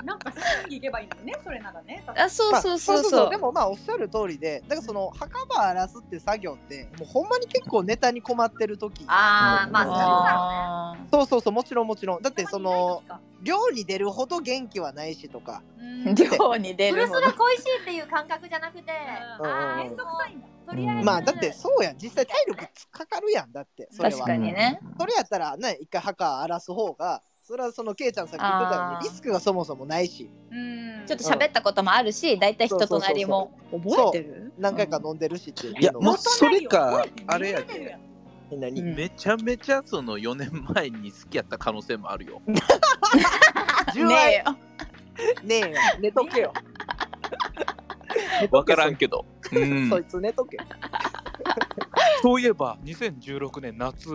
Speaker 4: なんか、に行けばいいのね、それならね。
Speaker 2: あそう
Speaker 1: まあ
Speaker 2: そうそうそう
Speaker 1: でもまあおっしゃる通りでだからその墓場荒らすって作業ってもうほんまに結構ネタに困ってる時
Speaker 5: ああまあそうだ
Speaker 2: あ
Speaker 1: そうそうそうもちろんもちろんだってその
Speaker 4: たま
Speaker 1: 寮に出るほど元気はないしとか
Speaker 4: にない時か、
Speaker 2: ー寮に出
Speaker 5: よね。
Speaker 2: る
Speaker 5: そ
Speaker 2: ほ
Speaker 5: れ
Speaker 2: ど
Speaker 5: それ恋しいっていう感覚じゃなくて、
Speaker 1: うん
Speaker 5: あ
Speaker 1: うん
Speaker 5: ー
Speaker 1: う
Speaker 5: め
Speaker 1: ん
Speaker 5: んどくさいんだ。
Speaker 4: とりあえず、
Speaker 1: まあだってそうやん実際体力かかるやんだってそれは
Speaker 2: 確かにね
Speaker 1: それやったらね一回墓荒らす方がそれはそのケイちゃんさっき言ってたよう
Speaker 2: あー
Speaker 1: にリスクがそもそもないし
Speaker 4: うん
Speaker 2: ちょっと喋ったこともあるし大体人となりも覚えてる
Speaker 1: 何回か飲んでるしっていうの
Speaker 3: いやも
Speaker 1: も
Speaker 3: うそれかあれやけ
Speaker 4: け
Speaker 1: みんなに、
Speaker 2: うん
Speaker 3: めちゃめちゃその4年前に好きやった可能性もあるよ。
Speaker 1: 10
Speaker 2: ねえ
Speaker 1: 倍
Speaker 2: よ
Speaker 1: ねえよ寝とけよ
Speaker 3: わからんけど。う
Speaker 1: そ
Speaker 3: ん
Speaker 1: い、つ寝とけよ
Speaker 3: そういえば2016年夏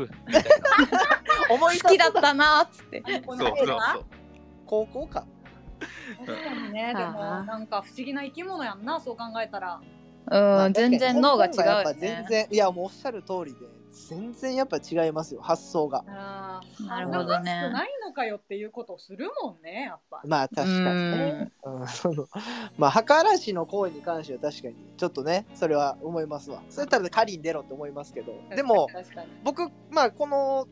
Speaker 1: 思い出す
Speaker 2: 好きだったなーっつって
Speaker 3: そうそう
Speaker 4: 確
Speaker 3: そう
Speaker 1: 高校か
Speaker 4: かにねでもなんか不思議な生き物やんなそう考えたら
Speaker 2: うん全然脳が違
Speaker 1: やっ
Speaker 2: う
Speaker 1: ぱ
Speaker 2: よ
Speaker 1: 全
Speaker 2: ね
Speaker 1: 然いやもうおっしゃる通りで全然やっぱ違いますよ発想が
Speaker 4: あー
Speaker 2: なるほどね
Speaker 4: あんなマスクないのかよっていうことをするもんねやっぱ。
Speaker 1: まあ確かにねうん そのまあ墓荒らしの行為に関しては確かにちょっとねそれは思いますわそれたら狩りに出ろって思いますけどでも
Speaker 4: 確かに
Speaker 1: 僕まあこの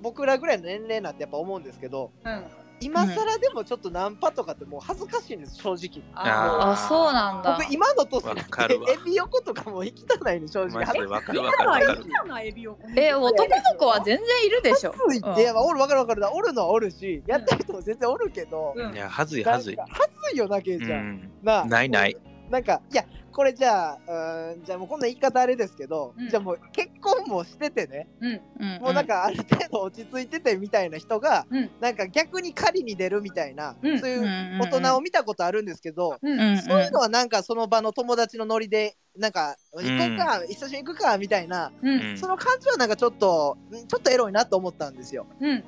Speaker 1: 僕らぐらいの年齢なんてやっぱ思うんですけど
Speaker 4: うん、
Speaker 1: 今更でもちょっとナンパとかってもう恥ずかしいんです正直
Speaker 3: あ
Speaker 2: あそうなんだ
Speaker 1: 僕今の年にな
Speaker 3: わか
Speaker 1: ってエ
Speaker 3: るわ
Speaker 1: ビ横とかもう行きたないの正直
Speaker 3: マジでわかるわ
Speaker 4: 今
Speaker 3: かる
Speaker 4: は
Speaker 3: わ
Speaker 4: い
Speaker 3: か
Speaker 4: い
Speaker 3: る。
Speaker 4: じゃないエビを。
Speaker 2: え男の子は全然いるでしょ
Speaker 1: ついて、いやまあおるわかるわかるおるのはおるしやってる人も全然おるけど、
Speaker 4: うん
Speaker 3: いや、はずい
Speaker 1: な
Speaker 3: は
Speaker 1: ん
Speaker 3: ずい
Speaker 1: か。恥ずいよなけいうちゃん、
Speaker 3: ん。
Speaker 1: なあ
Speaker 3: ないない。
Speaker 1: なんかいやこれじゃあうーんじゃあもうこんな言い方あれですけど、
Speaker 4: うん
Speaker 1: じゃあもう結婚もしててね
Speaker 4: うん
Speaker 2: うん
Speaker 1: もうなんかある程度落ち着いててみたいな人が、
Speaker 4: うん
Speaker 1: なんか逆に狩りに出るみたいな、
Speaker 4: うん
Speaker 1: そう
Speaker 2: う
Speaker 1: い
Speaker 2: ん
Speaker 1: う
Speaker 2: うん
Speaker 1: 大人を見たことあるんですけど、
Speaker 4: うん
Speaker 2: うん
Speaker 1: そういうのはなんかその場の友達のノリでなんか行
Speaker 3: ん
Speaker 1: こうか、一緒に行くかみたいな、
Speaker 4: う
Speaker 3: うん
Speaker 4: ん
Speaker 1: その感じはなんかちょっとんちょっとエロいなと思ったんですよ。
Speaker 4: うん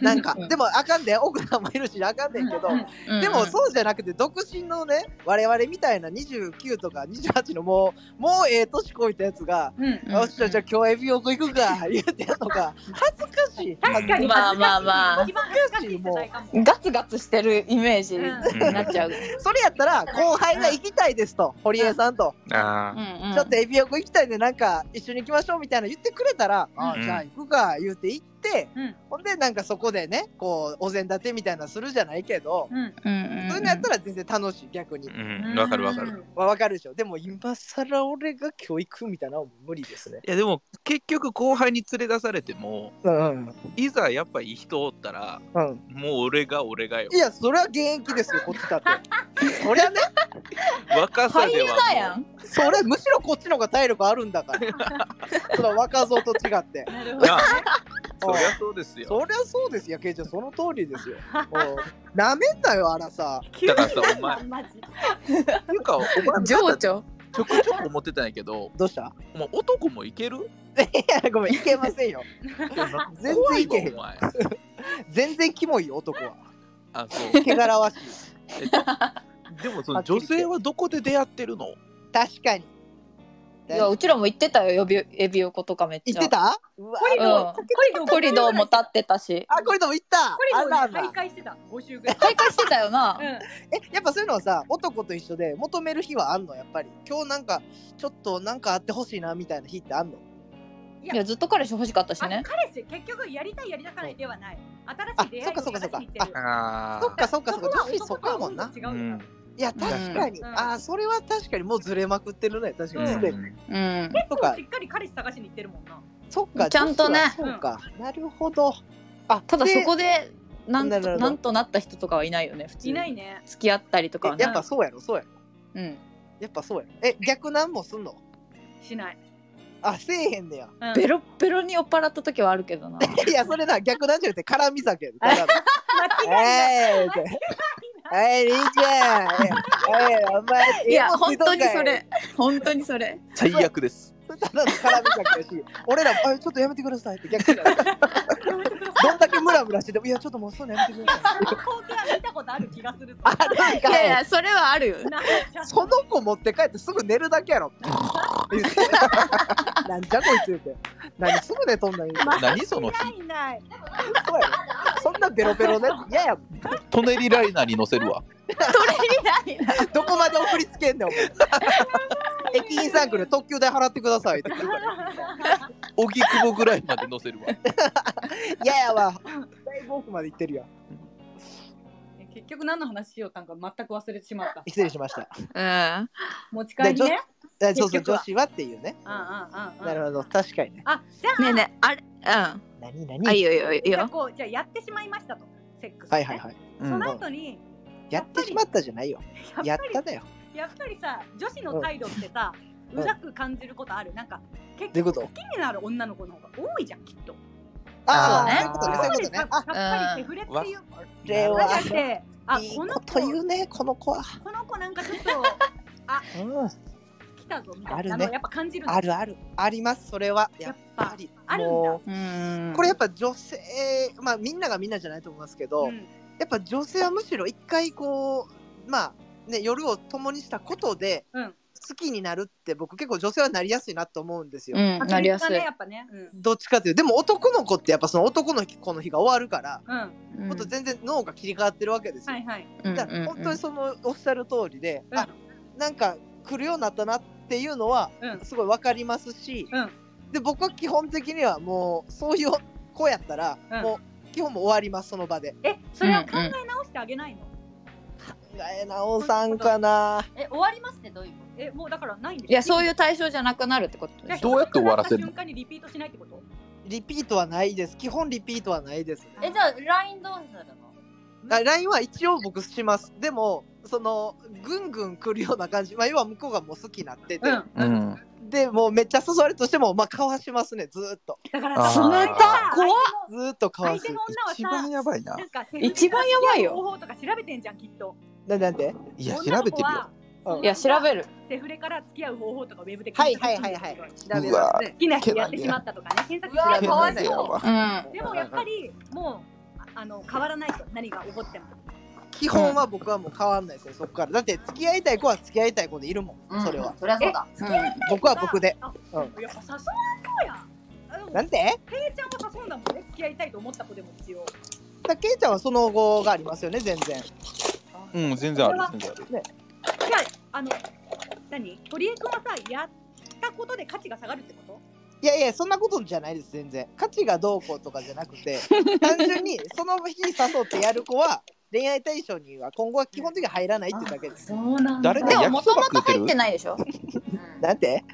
Speaker 1: なんか、
Speaker 2: うん
Speaker 1: でもあかんで奥さんもいるしあかんねんけど、
Speaker 4: うん
Speaker 2: うん
Speaker 1: でもそうじゃなくて独身のね我々みたいな29とか28のもうもうええ年こいたやつが。
Speaker 4: うん
Speaker 2: うん
Speaker 1: よっしゃじゃあ今日エビ横行くか言うてんのが恥ずかしい
Speaker 4: 確かに
Speaker 2: まあまあまあ
Speaker 4: 一番恥ずかしい世代かも。
Speaker 2: ガツガツしてるイメージ
Speaker 4: うん
Speaker 2: になっちゃう、
Speaker 1: それやったら後輩が行きたいですと堀江さんと
Speaker 2: う
Speaker 3: ああ。
Speaker 2: んうん
Speaker 1: ちょっとエビ横行きたいんでなんか一緒に行きましょうみたいな言ってくれたら、あ
Speaker 3: うん
Speaker 1: じゃあ行くか言うて行って、
Speaker 4: うん
Speaker 1: ほんでなんかそこでねこうお膳立てみたいなのするじゃないけど、
Speaker 4: うん
Speaker 2: うんうんうん
Speaker 1: そういうのやったら全然楽しい逆に、
Speaker 3: うん、わかるわかる。い。
Speaker 1: わ分かるでしょでも今更俺が今日行くみたいなのは無理ですね
Speaker 3: や、でも、結局後輩に連れ出されても、
Speaker 1: うんうん
Speaker 3: いざやっぱいい人おったら、
Speaker 1: うん
Speaker 3: もう俺が俺がよ
Speaker 1: い。やそれは現役ですよこっちだってそりゃね
Speaker 3: 若さ
Speaker 2: 俳
Speaker 3: で
Speaker 2: 優
Speaker 3: は
Speaker 2: だや
Speaker 3: も
Speaker 2: ん
Speaker 1: それむしろこっちの方が体力あるんだから その若造と違って
Speaker 4: なる
Speaker 3: う。
Speaker 4: ほど。
Speaker 3: なあ、そりゃそうですよ。
Speaker 1: そりゃそうですよ、ケイちゃん、その通りですよ。なめんなよ、あらさ。
Speaker 3: だからさ、お前、っ
Speaker 4: マジ。
Speaker 3: ていうか、お前
Speaker 2: 情緒
Speaker 3: ちょくちょく思ってたんやけど、
Speaker 1: どうした
Speaker 3: もう男もいける
Speaker 1: いや、 ごめん、いけませんよ。全然いけへん
Speaker 3: 怖わお前。
Speaker 1: 全然キモいよ、男は。
Speaker 3: あ、そう。
Speaker 1: 汚らわしい。
Speaker 3: え っとでも、その女性はどこで出会ってるの
Speaker 1: 確かに。
Speaker 2: いやうちらも行ってたよエビエビ横とかめっち
Speaker 1: 行
Speaker 2: ゃ
Speaker 1: ってたうわ
Speaker 4: コリドー、
Speaker 2: うんコリドーも立ってたし
Speaker 1: あ、これでも行った
Speaker 4: コリド
Speaker 1: あらあ
Speaker 4: ーで
Speaker 1: ら
Speaker 4: 徘。徊してた。五週ぐらい。
Speaker 2: 開花してたよな、
Speaker 4: うん。
Speaker 1: え、やっぱそういうのはさ、男と一緒で求める日はあんの、やっぱり。今日なんか、ちょっとなんかあってほしいな、みたいな日ってあんの
Speaker 2: いやずっと彼氏欲しかったし
Speaker 4: あの
Speaker 2: ね
Speaker 4: 彼氏結局やりたいやりたくないではない。
Speaker 1: あ
Speaker 4: 新しい出
Speaker 1: そ
Speaker 4: 会
Speaker 1: っ
Speaker 4: い
Speaker 1: か
Speaker 4: を
Speaker 1: そっかそっかそっかそっかそ
Speaker 4: 探しに行ってる。
Speaker 3: あ
Speaker 1: っ
Speaker 4: こ
Speaker 1: か、
Speaker 4: は
Speaker 1: 女子そこやもんな
Speaker 4: 男。と
Speaker 3: う
Speaker 4: は
Speaker 3: ん
Speaker 4: 女。
Speaker 1: いや、確かに。
Speaker 4: うん
Speaker 1: あー、それは確かに、もうずれまくってるね、確かに。すでに。
Speaker 2: うん
Speaker 1: そっ
Speaker 4: 違う
Speaker 1: か
Speaker 4: しっかり彼氏探しに行ってるもんな。
Speaker 1: そっか、
Speaker 2: ちゃんとね
Speaker 1: 女子はそうか、なるほど。あ、
Speaker 2: ただ
Speaker 1: で
Speaker 2: そこでなん
Speaker 1: なるほ
Speaker 2: と
Speaker 1: ど
Speaker 2: なんとなった人とかはいないよね普通
Speaker 4: いないね。
Speaker 2: 付き合ったりとかは
Speaker 1: えや
Speaker 2: ね
Speaker 1: っぱそうやろ、そうやろ。
Speaker 2: うん
Speaker 1: やっぱそうやろ。え、逆なんもすんの
Speaker 4: しない。
Speaker 1: あ、せえへんねや。
Speaker 4: うん
Speaker 2: ベロッベロに酔っ払った時はあるけどな
Speaker 1: いや、それな、逆なんじゃなくて、絡み酒や で。絡み
Speaker 4: 間違い
Speaker 1: えいっ
Speaker 4: ない。
Speaker 1: て。はい、兄ちゃん。えい、お前、
Speaker 2: いや
Speaker 1: ええもんつ
Speaker 2: 本
Speaker 1: いとん
Speaker 2: 当
Speaker 1: かい
Speaker 2: にそ。れ本当にそれ
Speaker 3: 最悪です。
Speaker 1: それただの絡み酒やし、俺ら、あちょっとやめてくださいって逆になる。どんだけムラムラしてても、いや、ちょっともうそんなやめてください。
Speaker 4: その光景は見たことある気がするぞ。
Speaker 1: あるん
Speaker 2: いやい
Speaker 1: かい。
Speaker 2: やそれはあるよ
Speaker 4: なんか
Speaker 1: その子持って帰ってすぐ寝るだけやろ。 言ってなんじゃこいつ言って。何すぐ寝とんの言うて
Speaker 3: 何その日
Speaker 4: いない。
Speaker 1: そうやろそんなベロベロね。いやいや、
Speaker 3: トネリライナーに乗せる わ。
Speaker 2: それにないな
Speaker 1: どこまで送りつけんねん、お 前。駅員さん来る特急代払ってください って来るから。
Speaker 3: 荻窪ぐらいまで乗せるわ。
Speaker 1: いやいやわ。だいぶ奥まで行ってるよ。
Speaker 4: 結局何の話しようたんか全く忘れてしまった。
Speaker 1: 失礼しました。
Speaker 2: うん
Speaker 4: 持ち帰りね。
Speaker 1: えそうそう、
Speaker 4: 結局
Speaker 1: 女
Speaker 4: は
Speaker 1: 子はっていうね。
Speaker 4: うんうんうんうん。
Speaker 1: なるほど、確かにね。
Speaker 4: あ、じゃあ。
Speaker 2: ねえねえあれう
Speaker 1: 何
Speaker 2: んあい
Speaker 1: 何
Speaker 2: いよいいよいい
Speaker 4: じゃあ
Speaker 2: よ
Speaker 4: こうじゃあやってしまいましたと。セックスね。
Speaker 1: はいはいはい。
Speaker 3: う
Speaker 4: そ
Speaker 3: ん
Speaker 4: の後に
Speaker 1: やってしまったじゃないよ。や
Speaker 4: や
Speaker 1: っ
Speaker 4: っぱり
Speaker 1: ただよ。
Speaker 4: やっぱりさ女子の態度ってさ、
Speaker 1: うん
Speaker 4: うざく感じることある。なんか
Speaker 1: どうい
Speaker 4: 結
Speaker 1: うこ
Speaker 4: 構
Speaker 1: と
Speaker 4: 好きになる女の子の方が多いじゃんきっと。
Speaker 1: あ
Speaker 3: そうね
Speaker 1: あ、そういうことね、そういうことね。
Speaker 4: やっ
Speaker 1: あ、
Speaker 4: ぱりさやっぱりセフレってい
Speaker 1: こ
Speaker 4: う
Speaker 1: れ
Speaker 4: のがあ
Speaker 1: は
Speaker 4: っ。て、あ
Speaker 1: いい
Speaker 4: この
Speaker 1: こと
Speaker 4: 子
Speaker 1: 言うね、この子は。
Speaker 4: この子なんかちょっと
Speaker 1: うん、
Speaker 4: 来たぞみた
Speaker 1: あ
Speaker 4: い
Speaker 1: る
Speaker 4: な
Speaker 1: ね
Speaker 4: のやっぱ感じるの
Speaker 1: あるある。あります、それは。やっぱり。
Speaker 4: あるんだ
Speaker 1: もう
Speaker 2: うん
Speaker 1: これやっぱ女性、まあみんながみんなじゃないと思いますけど、
Speaker 4: うん
Speaker 1: やっぱ女性はむしろ一回こう、まあね、夜を共にしたことで、
Speaker 4: うん
Speaker 1: 好きになるって僕結構女性はなりやすいなと思うんですよ。
Speaker 2: うん、なりやすい
Speaker 4: ね、。やっぱね。うん。
Speaker 1: どっちかというとでも男の子ってやっぱその男の子の日が終わるから、
Speaker 4: うん。
Speaker 2: うん
Speaker 1: もっと全然脳が切り替わってるわけですよ。
Speaker 4: はいはい。
Speaker 2: うん
Speaker 1: だから本当にそのおっしゃる通りで、
Speaker 4: うん
Speaker 1: あなんか来るようになったなっていうのは
Speaker 4: うん
Speaker 1: すごいわかりますし、
Speaker 4: うん
Speaker 1: で僕は基本的にはもうそういう子やったら、
Speaker 4: うん
Speaker 1: もう基本もう終わりますその場で。
Speaker 4: え、それは考え直してあげないの、
Speaker 1: えなおさんかな。
Speaker 5: え、終わりますってどういうこ
Speaker 4: え、もうだからないんです
Speaker 2: いや、そう
Speaker 4: う。
Speaker 2: いう対象じゃなくなるってこと
Speaker 4: じゃ
Speaker 2: で
Speaker 4: あ
Speaker 2: す。
Speaker 3: どうやって終わらせるの
Speaker 4: 人が来た瞬間にリピートしないってこと
Speaker 1: リピートはないです。基本リピートはないです。
Speaker 5: とえ、じゃあ LINE どうするの
Speaker 1: あ LINE は一応僕します。でも、その、ぐんぐん来るような感じ。まあ、要は向こうがもう好きになってて。
Speaker 4: うん。
Speaker 3: うん。
Speaker 1: で、もうめっちゃ誘われるとしても、まあ、かわしますね。ずーっと。
Speaker 4: だから
Speaker 3: あー冷た
Speaker 4: 怖っ
Speaker 1: ずーっとかわ
Speaker 4: 相
Speaker 1: す
Speaker 4: 手。の
Speaker 3: 一
Speaker 4: 女はさ
Speaker 3: 番、やばいな
Speaker 4: な。んか
Speaker 2: 一番やばいよ
Speaker 4: 方法とか調べてんじゃんきっと。
Speaker 1: ななんで
Speaker 3: いや、調
Speaker 4: 女の
Speaker 3: べ
Speaker 4: 子
Speaker 3: てるよ
Speaker 4: は。
Speaker 1: うん
Speaker 2: いや、調べる。
Speaker 4: セフレから付き合う方法とかウェブで
Speaker 1: は
Speaker 4: 検
Speaker 1: いは
Speaker 4: 索す
Speaker 1: いは
Speaker 4: る
Speaker 1: いはい。
Speaker 4: 好
Speaker 1: 調べますね。
Speaker 4: きな人やってしまったとかね検索
Speaker 5: うわ
Speaker 4: す
Speaker 5: ー
Speaker 4: る
Speaker 5: かわいそ
Speaker 3: けな
Speaker 5: う
Speaker 3: げやわ
Speaker 2: うん。
Speaker 4: でもやっぱりもうああの変わらないと何が起こっても。
Speaker 1: 基本は僕はもう変わんないですね、そこから。だって、付き合いたい子は付き合いたい子でいるもん。それは。
Speaker 5: そりゃそうだ。
Speaker 2: う
Speaker 1: 僕は僕で。
Speaker 4: あ。
Speaker 1: う
Speaker 4: やっぱ誘わんそうやん。あでも
Speaker 1: なんで
Speaker 4: ケイちゃんは誘うんだもんね付き合いたいと思った子でも一応。
Speaker 1: だけいちゃんはその後がありますよね、全然。
Speaker 3: うん、全然ある。全然ある。
Speaker 4: じゃああの何堀江君はさやったことで価値が下がるってこと？
Speaker 1: いやいや、そんなことじゃないです、全然。価値がどうこうとかじゃなく て、単純にその日誘ってやる子は、恋愛対象には今後は基本的に入らないってだけです。
Speaker 5: そうなん
Speaker 3: 誰
Speaker 2: ん。
Speaker 3: か
Speaker 2: でも、
Speaker 3: 焼
Speaker 2: も
Speaker 3: きそ
Speaker 2: と
Speaker 3: ば
Speaker 2: も
Speaker 3: 食
Speaker 2: と
Speaker 3: うて
Speaker 2: 入って
Speaker 3: る
Speaker 2: ないでしょ。
Speaker 1: なんて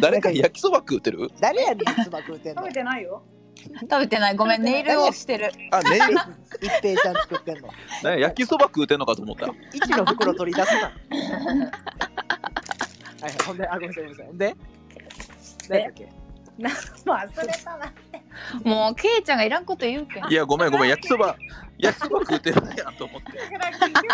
Speaker 3: 誰か焼きそば食うてる
Speaker 1: 誰やねん、つば食うてんの。
Speaker 4: 食べ
Speaker 1: 一
Speaker 4: てないよ。
Speaker 2: 食べてない。ごめん、ネイルをしてる。
Speaker 3: あ、ね
Speaker 1: 平ちゃん作ってんの。
Speaker 3: え。なんや焼きそば食うてんのか と思った。
Speaker 1: 一の袋取り出す な。はい、ほんで、あ、ごめんなさい、ごめんなさい。で、何だっけ
Speaker 4: まあそれ
Speaker 2: もう、ケイちゃんがいらんこと言うけん。
Speaker 3: いや、ごめんごめん。焼きそば、焼きそば食うてるやんと思って。
Speaker 4: だから結局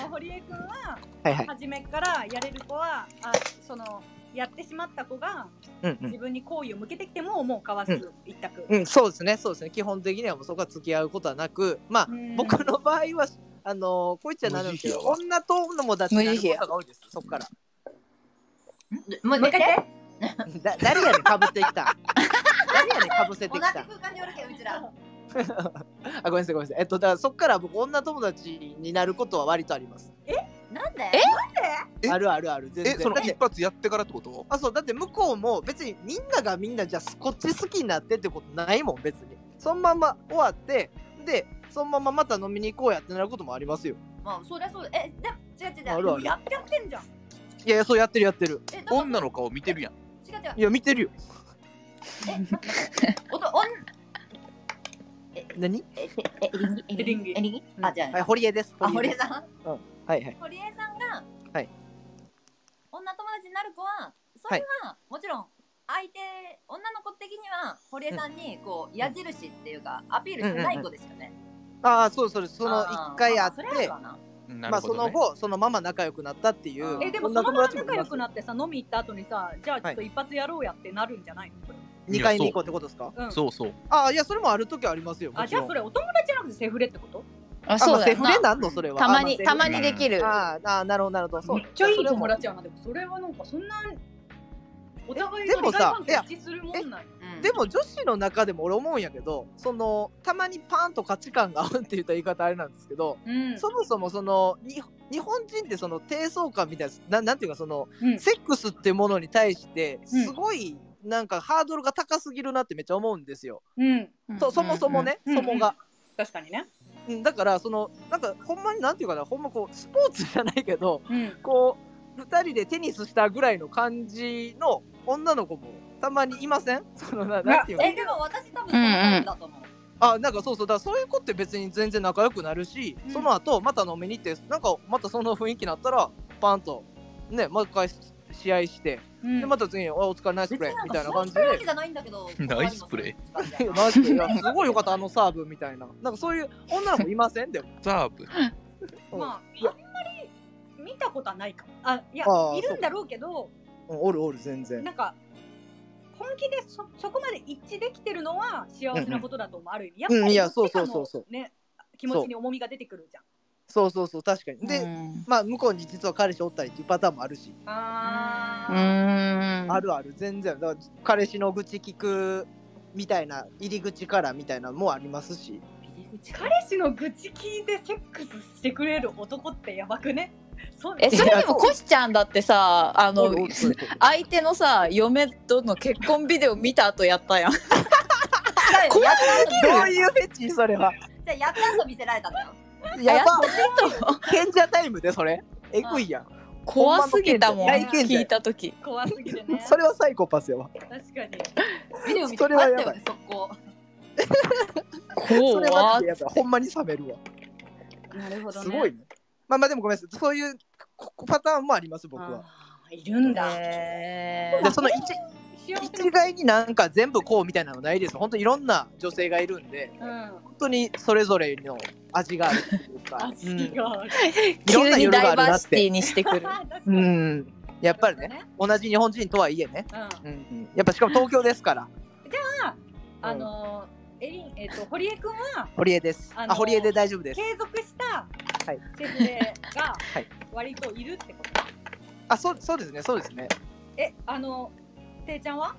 Speaker 4: あの堀江君は
Speaker 1: はいはい。
Speaker 4: 初めからやれる子はあそのやってしまった子が
Speaker 1: うんう
Speaker 4: 自
Speaker 1: ん。
Speaker 4: 分に好意を向けてきてももうかわす
Speaker 1: うん
Speaker 4: 一択。
Speaker 1: うん、そうですね、そうですね。基本的にはもうそこは付き合うことはなく、まあ、
Speaker 4: うん
Speaker 1: 僕の場合は、あのこいつはなんですけど、
Speaker 3: 無
Speaker 1: 女友達になることが多いです、そこから。
Speaker 5: もう
Speaker 4: もう一回言って
Speaker 1: だ誰やねんかぶってきた 誰やねんかぶせて
Speaker 5: 同
Speaker 1: き
Speaker 5: じ
Speaker 1: た
Speaker 5: 空間におるけん、うちら。
Speaker 1: あごめんなさいごめんなさいえっとだからそっから僕女友達になることは割とあります
Speaker 5: なんで
Speaker 3: え
Speaker 1: あるあるある全
Speaker 3: え、
Speaker 1: 然
Speaker 3: その
Speaker 1: だっ
Speaker 3: 一
Speaker 1: て
Speaker 3: 発やってからってこと
Speaker 1: あそうだって向こうも別にみんながみんなじゃあこっち好きになってってことないもん別にそのまんま終わってでそのまままた飲みに行こうやってなることもありますよ
Speaker 5: まあ、そりゃそうだ。え、でも、違う違う違う。
Speaker 1: あるある
Speaker 5: や
Speaker 4: やってんじゃん。
Speaker 1: いやいやそうやってるやってる
Speaker 5: え、だから違う
Speaker 3: 女の顔見てるやん。
Speaker 5: 違う。
Speaker 1: いや見てるよ
Speaker 5: おと、おん、
Speaker 1: 何
Speaker 5: え、え、え、
Speaker 4: エリンギ
Speaker 5: エリンギあ、じゃ
Speaker 1: は
Speaker 5: あ
Speaker 1: い、堀江です
Speaker 5: あ、堀江
Speaker 1: です
Speaker 5: さん
Speaker 1: はいはい
Speaker 5: 堀江さんが、
Speaker 1: はい
Speaker 5: 女友達になる子は、それは、もちろん、相手、女の子的には、堀江さんに、こう、矢印っていうか、アピールしてない子ですよね。
Speaker 1: ああそうそうその一回会っ
Speaker 5: あーまあそれ
Speaker 1: て
Speaker 5: はあるわな
Speaker 3: うんな
Speaker 1: ま
Speaker 3: る
Speaker 1: あ
Speaker 3: ほ
Speaker 1: そ
Speaker 3: ど
Speaker 1: の
Speaker 3: ね。
Speaker 1: 後そのまま仲良くなったっていう
Speaker 4: えでもそ
Speaker 1: 女
Speaker 4: の
Speaker 1: 友
Speaker 4: まま
Speaker 1: 達もい
Speaker 4: 仲良
Speaker 1: ます
Speaker 4: くなってさ飲み行った後にさじゃあちょっと一発やろうやってなるんじゃないの？これ
Speaker 1: 二回目以降ってことですか
Speaker 4: うん。
Speaker 3: そうそう。
Speaker 1: あいやそれもある時ありますよも
Speaker 4: あ
Speaker 1: ち
Speaker 4: じゃ
Speaker 1: ろ
Speaker 4: あ
Speaker 1: ん
Speaker 4: それお友達じゃなくてセフレってこと？
Speaker 2: あ、
Speaker 1: あま
Speaker 2: そ
Speaker 1: あ
Speaker 2: うだ
Speaker 1: セ
Speaker 2: よ
Speaker 1: フレ
Speaker 2: な。
Speaker 1: なんのそれは
Speaker 2: たまに、た
Speaker 1: あ
Speaker 2: まにできる。
Speaker 1: ああなるほどなるほどそう
Speaker 4: めっちゃいい友
Speaker 1: そ
Speaker 4: 達やなでもそれはなんかそんなお互い
Speaker 1: で
Speaker 4: の
Speaker 1: も
Speaker 4: 利害
Speaker 1: さ
Speaker 4: 関係一致するもんなんや。
Speaker 1: れ
Speaker 5: うん
Speaker 1: でも女子の中でも俺思うんやけどそのたまにパーンと価値観が合うって言ったら言い方あれなんですけど、
Speaker 4: うん
Speaker 1: そもそもそのに日本人ってその低層感みたいなななんていうかその、
Speaker 4: うん
Speaker 1: セックスってものに対して
Speaker 4: うん
Speaker 1: すごいなんかハードルが高すぎるなってめっちゃ思うんですよ、
Speaker 4: うん
Speaker 1: そそもそも。ね、
Speaker 4: うん
Speaker 1: そもが、
Speaker 4: 確かにね。
Speaker 1: うんだからそのなんかほんまになんていうかなほんまこうスポーツじゃないけど
Speaker 4: うん
Speaker 1: こう2人でテニスしたぐらいの感じの女の子もたまにいません そのななんていうの
Speaker 5: え、でも私多分そのタイプだと思う。
Speaker 1: あなんかそうそうだからそういう子って別に全然仲良くなるし、
Speaker 4: うん
Speaker 1: その後また飲みに行ってなんかまたその雰囲気になったらパンとねもう一回試合して、
Speaker 4: うん
Speaker 1: でまた次に「おお疲れナイスプレー」みたいな感じ
Speaker 5: そういうわ
Speaker 1: で
Speaker 5: け。じゃないんだけど。
Speaker 3: ナイスプレ
Speaker 5: ー
Speaker 1: マジでいやすごいよかったあのサーブみたいななんかそういう女の子いませんでも
Speaker 3: ザーブ。
Speaker 4: ま
Speaker 1: い
Speaker 4: あ、
Speaker 1: や
Speaker 4: あんまり見たことはないかも。あいや
Speaker 1: あー
Speaker 4: いるんだろうけど、
Speaker 1: うんおるおる全然
Speaker 4: なんか、本気でそそこまで一致できてるのは幸せなことだと思う、ある意味。やっ
Speaker 1: うん
Speaker 4: ぱり
Speaker 1: いやそう
Speaker 4: どっちかの
Speaker 1: そうそうそ
Speaker 4: ね、気持ちに重みが出てくるじゃん。
Speaker 1: そうそうそう確かにで、
Speaker 2: うん
Speaker 1: まあ向こうに実は彼氏おったりっていうパターンもあるし、
Speaker 6: あ
Speaker 2: う
Speaker 6: ー
Speaker 2: ん
Speaker 1: あるある全然だから彼氏の愚痴聞くみたいな入り口からみたいなのもありますし
Speaker 6: 彼氏の愚痴聞いてセックスしてくれる男ってやばくねそう
Speaker 2: えそれでもコシちゃんだってさあ
Speaker 1: お
Speaker 2: の
Speaker 1: るおるそういう子
Speaker 2: 相手のさ嫁との結婚ビデオ見た後や ったやん
Speaker 5: じゃ
Speaker 1: どういうフェチそれは
Speaker 5: あやったと見せられたんだよ。
Speaker 1: やば
Speaker 2: やったの
Speaker 1: 賢者タイムでそれえぐいやん
Speaker 2: 怖すぎたもん
Speaker 1: 大賢者
Speaker 2: 聞いた時
Speaker 6: 怖すぎてね
Speaker 1: それはサイコパスやわ
Speaker 6: 確かに
Speaker 5: ビデオ見て
Speaker 1: それは
Speaker 5: 勝
Speaker 1: や
Speaker 5: っ
Speaker 1: ばい
Speaker 5: たよね、速攻。
Speaker 1: それマ
Speaker 2: 怖
Speaker 1: ジでやばいほんまに冷めるわ
Speaker 5: なるほどね。
Speaker 1: すごいねまあまあでもごめんなさいそういうここパターンもあります僕
Speaker 6: あ
Speaker 1: は
Speaker 6: ーいるんだ、
Speaker 2: へ
Speaker 1: でその一一概になんか全部こうみたいなのないです本当いろんな女性がいるんで
Speaker 6: うん
Speaker 1: 本当にそれぞれの味があるっていう か
Speaker 6: 足がある、
Speaker 2: ー
Speaker 1: いろん
Speaker 2: 急
Speaker 1: な
Speaker 2: に
Speaker 1: 夜が
Speaker 2: ダ
Speaker 1: あ
Speaker 2: イ
Speaker 1: るなって
Speaker 2: バーシティにし てくる
Speaker 6: あー確か
Speaker 1: う
Speaker 6: に
Speaker 1: んやっぱりね同じ日本人とはいえね、
Speaker 6: うん
Speaker 1: うんうん、やっぱしかも東京ですから
Speaker 6: あのーエリン、えっ、と、堀江くんは
Speaker 1: 堀江です
Speaker 6: あ
Speaker 1: あ
Speaker 6: のー
Speaker 1: 堀江で大丈夫です
Speaker 6: 継続した
Speaker 1: はい
Speaker 6: セフレが
Speaker 1: い
Speaker 6: 割といるってこと。
Speaker 1: あそうそうですねそうですね
Speaker 6: え、あのていちゃんは？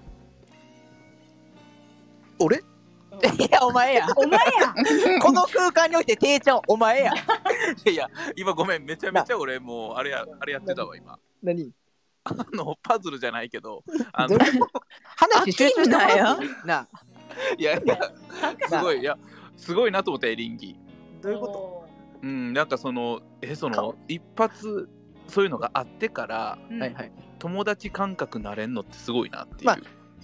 Speaker 1: 俺いやお前や
Speaker 6: お前や。
Speaker 1: この空間において定ちゃんお前や
Speaker 3: いやいや、今ごめん、めちゃめちゃ俺もう、あれや、あれやってたわ、今。
Speaker 1: 何
Speaker 3: あの、パズルじゃないけ ど、あ
Speaker 1: ど
Speaker 3: の
Speaker 1: う、いうこと話集中してもら
Speaker 2: 飽
Speaker 1: っていいなあ
Speaker 3: いやいや、すごい、いや、すごいなと思った、エリンギ。
Speaker 1: どういうこと
Speaker 3: うん、なんかその、え、その、一発、そういうのがあってから、
Speaker 6: うん
Speaker 1: はいはい
Speaker 3: 友達感覚なれんのってすごいなっていう。
Speaker 1: まあ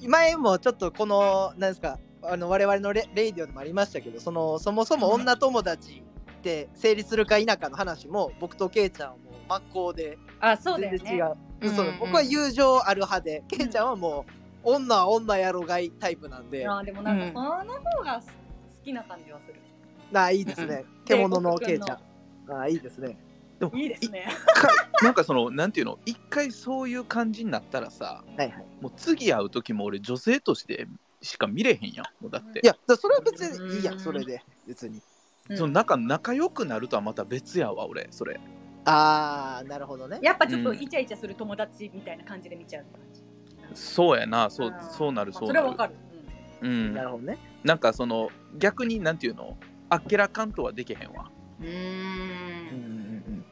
Speaker 1: 前もちょっとこのなんですかあの我々のレレイディオでもありましたけどそのそもそも女友達って成立するか否かの話も僕とケイちゃんはもう真っ向で
Speaker 6: あ、そうだよ
Speaker 1: 全然違
Speaker 6: ね。
Speaker 1: う
Speaker 2: うんうん
Speaker 1: そう僕は友情ある派でケイちゃんはもう女は女やろがいタイプなんで、
Speaker 6: あー、でもなんかその方が好きな感じはする。
Speaker 1: なあいいですね獣のケイちゃんあいいですね
Speaker 6: いいですね。
Speaker 3: なんかその、なんていうの、一回そういう感じになったらさ、
Speaker 1: はいはい
Speaker 3: もう次会う時も俺、女性としてしか見れへんやん、もうだって
Speaker 1: い。やそれは別にいいやんそれで別に
Speaker 3: その仲仲良くなるとはまた別やわ俺それ
Speaker 1: ああなるほどね
Speaker 6: やっぱちょっとイチャイチャする友達みたいな感じで見ちゃう感じ。
Speaker 3: そうやなそう
Speaker 6: あー
Speaker 3: そうなる
Speaker 6: まあ
Speaker 3: そう
Speaker 6: それ
Speaker 3: な
Speaker 6: は
Speaker 3: る
Speaker 6: わかる。
Speaker 3: うん
Speaker 1: なるほどね
Speaker 3: なんかその逆になんていうのあっけらかんとはできへんわ
Speaker 5: うー
Speaker 1: うん
Speaker 5: ん。
Speaker 1: うんうん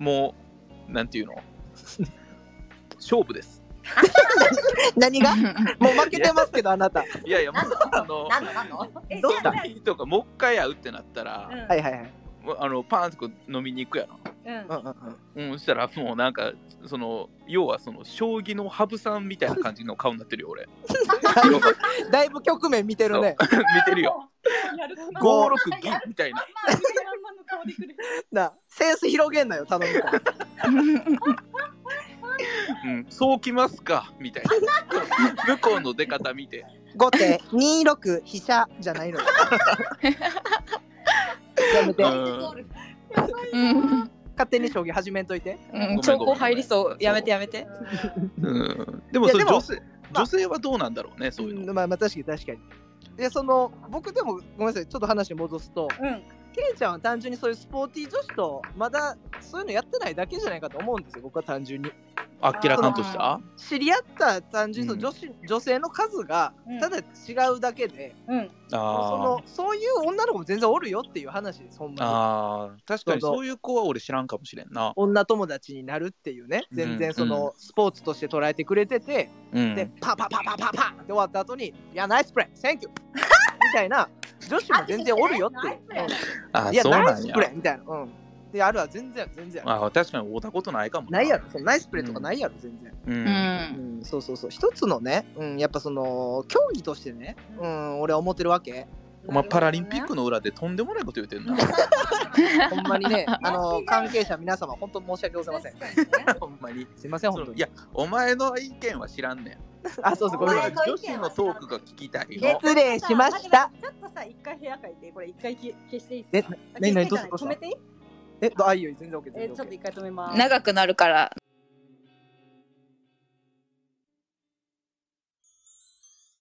Speaker 3: もうなんていうの勝負です
Speaker 1: 何がもう負けてますけどあなた
Speaker 3: いやいやもう
Speaker 5: 何の
Speaker 3: あの
Speaker 5: 何の何の
Speaker 6: うん。え、
Speaker 1: どうした
Speaker 6: じゃあ
Speaker 3: いいとかもう一回会うってなったら、
Speaker 6: うん
Speaker 1: はいはいはい
Speaker 3: もうあのパーンとこう飲みに行くやろ
Speaker 6: うん
Speaker 1: うんうんうん
Speaker 3: うん、そしたらもうなんかその要はその将棋の羽生さんみたいな感じの顔になってるよ俺
Speaker 1: だいぶ局面見てるね。
Speaker 3: 見て るよ。
Speaker 6: やるかな。
Speaker 1: ゴー
Speaker 3: 5六銀みたいな
Speaker 6: まあ、見てるまんまの顔で来る。
Speaker 1: なセンス広げんなよ、頼む から。
Speaker 3: うん、そうきますかみたいな向こうの出方見て
Speaker 1: 後手、2六飛車じゃ ないのよ。やめて、
Speaker 3: うん
Speaker 2: うん
Speaker 1: 勝手に将棋始めんといて。
Speaker 2: うん兆候入りそうやめてやめて
Speaker 3: うんでも
Speaker 1: いや
Speaker 3: それ
Speaker 1: でも
Speaker 3: 女性、
Speaker 1: まあ
Speaker 3: 女性はどうなんだろうねそういう
Speaker 1: う
Speaker 3: の、
Speaker 1: んまあまあ確かに確かに。いやその僕でもごめんなさいちょっと話戻すと
Speaker 6: うん。
Speaker 1: ケイちゃんは単純にそういうスポーティー女子とまだそういうのやってないだけじゃないかと思うんですよ僕は単純に
Speaker 3: あっけらかんとした
Speaker 1: 知り合った単純にその女子、女性の数が
Speaker 6: うん
Speaker 1: ただ違うだけで、
Speaker 6: うん。
Speaker 1: そ
Speaker 3: あ
Speaker 1: のそういう女の子も全然おるよっていう話ですほんまに
Speaker 3: あー確かに
Speaker 1: そうそう
Speaker 3: そういう子は俺知らんかもしれんな、
Speaker 1: 女友達になるっていうね全
Speaker 3: うん
Speaker 1: 然そのスポーツとして捉えてくれてて、
Speaker 3: うん、
Speaker 1: でパパパパパパって終わった後に「いやナイスプレーセン キュー」みたいな女子も全然おるよっていう
Speaker 5: ナイス
Speaker 3: あ
Speaker 1: うん
Speaker 3: ー
Speaker 1: いや
Speaker 3: そう
Speaker 1: ナ
Speaker 3: な
Speaker 1: イ
Speaker 3: ん
Speaker 1: ス
Speaker 3: や
Speaker 1: プレーみたいなうんであるは全然全然ある
Speaker 3: あー確かに会うたことないかも
Speaker 1: ないやろそのナイスプレーとかないやろ全然、
Speaker 3: うん、
Speaker 2: う
Speaker 1: うんんそうそうそう一つのね、うん、やっぱその競技としてね、
Speaker 6: う
Speaker 1: うん、俺は思ってるわけ
Speaker 3: お前パラリンピックの裏でとんでもないこと言ってんな
Speaker 1: ほんまに ねあの関係者皆様本当申し訳ございません
Speaker 3: ほんまに
Speaker 1: すいません本
Speaker 3: そ
Speaker 1: 当
Speaker 3: の
Speaker 1: に
Speaker 3: いやお前の意見は知らんねん
Speaker 1: あそうですごめんなさい
Speaker 5: 前の意見
Speaker 3: 女
Speaker 5: は
Speaker 3: 子のトークが聞きたいの
Speaker 1: 失礼しました
Speaker 4: ちょっとさ一回部屋変えてこれ一回消していい
Speaker 1: え
Speaker 4: ですか
Speaker 1: 何
Speaker 4: 消してじゃない
Speaker 1: どうしたどうした
Speaker 4: 止めていい
Speaker 1: えあいいよ全然 OK
Speaker 4: え
Speaker 1: 全
Speaker 4: ちょ
Speaker 1: 然 OK
Speaker 4: っと一回止めます
Speaker 2: 長くなるから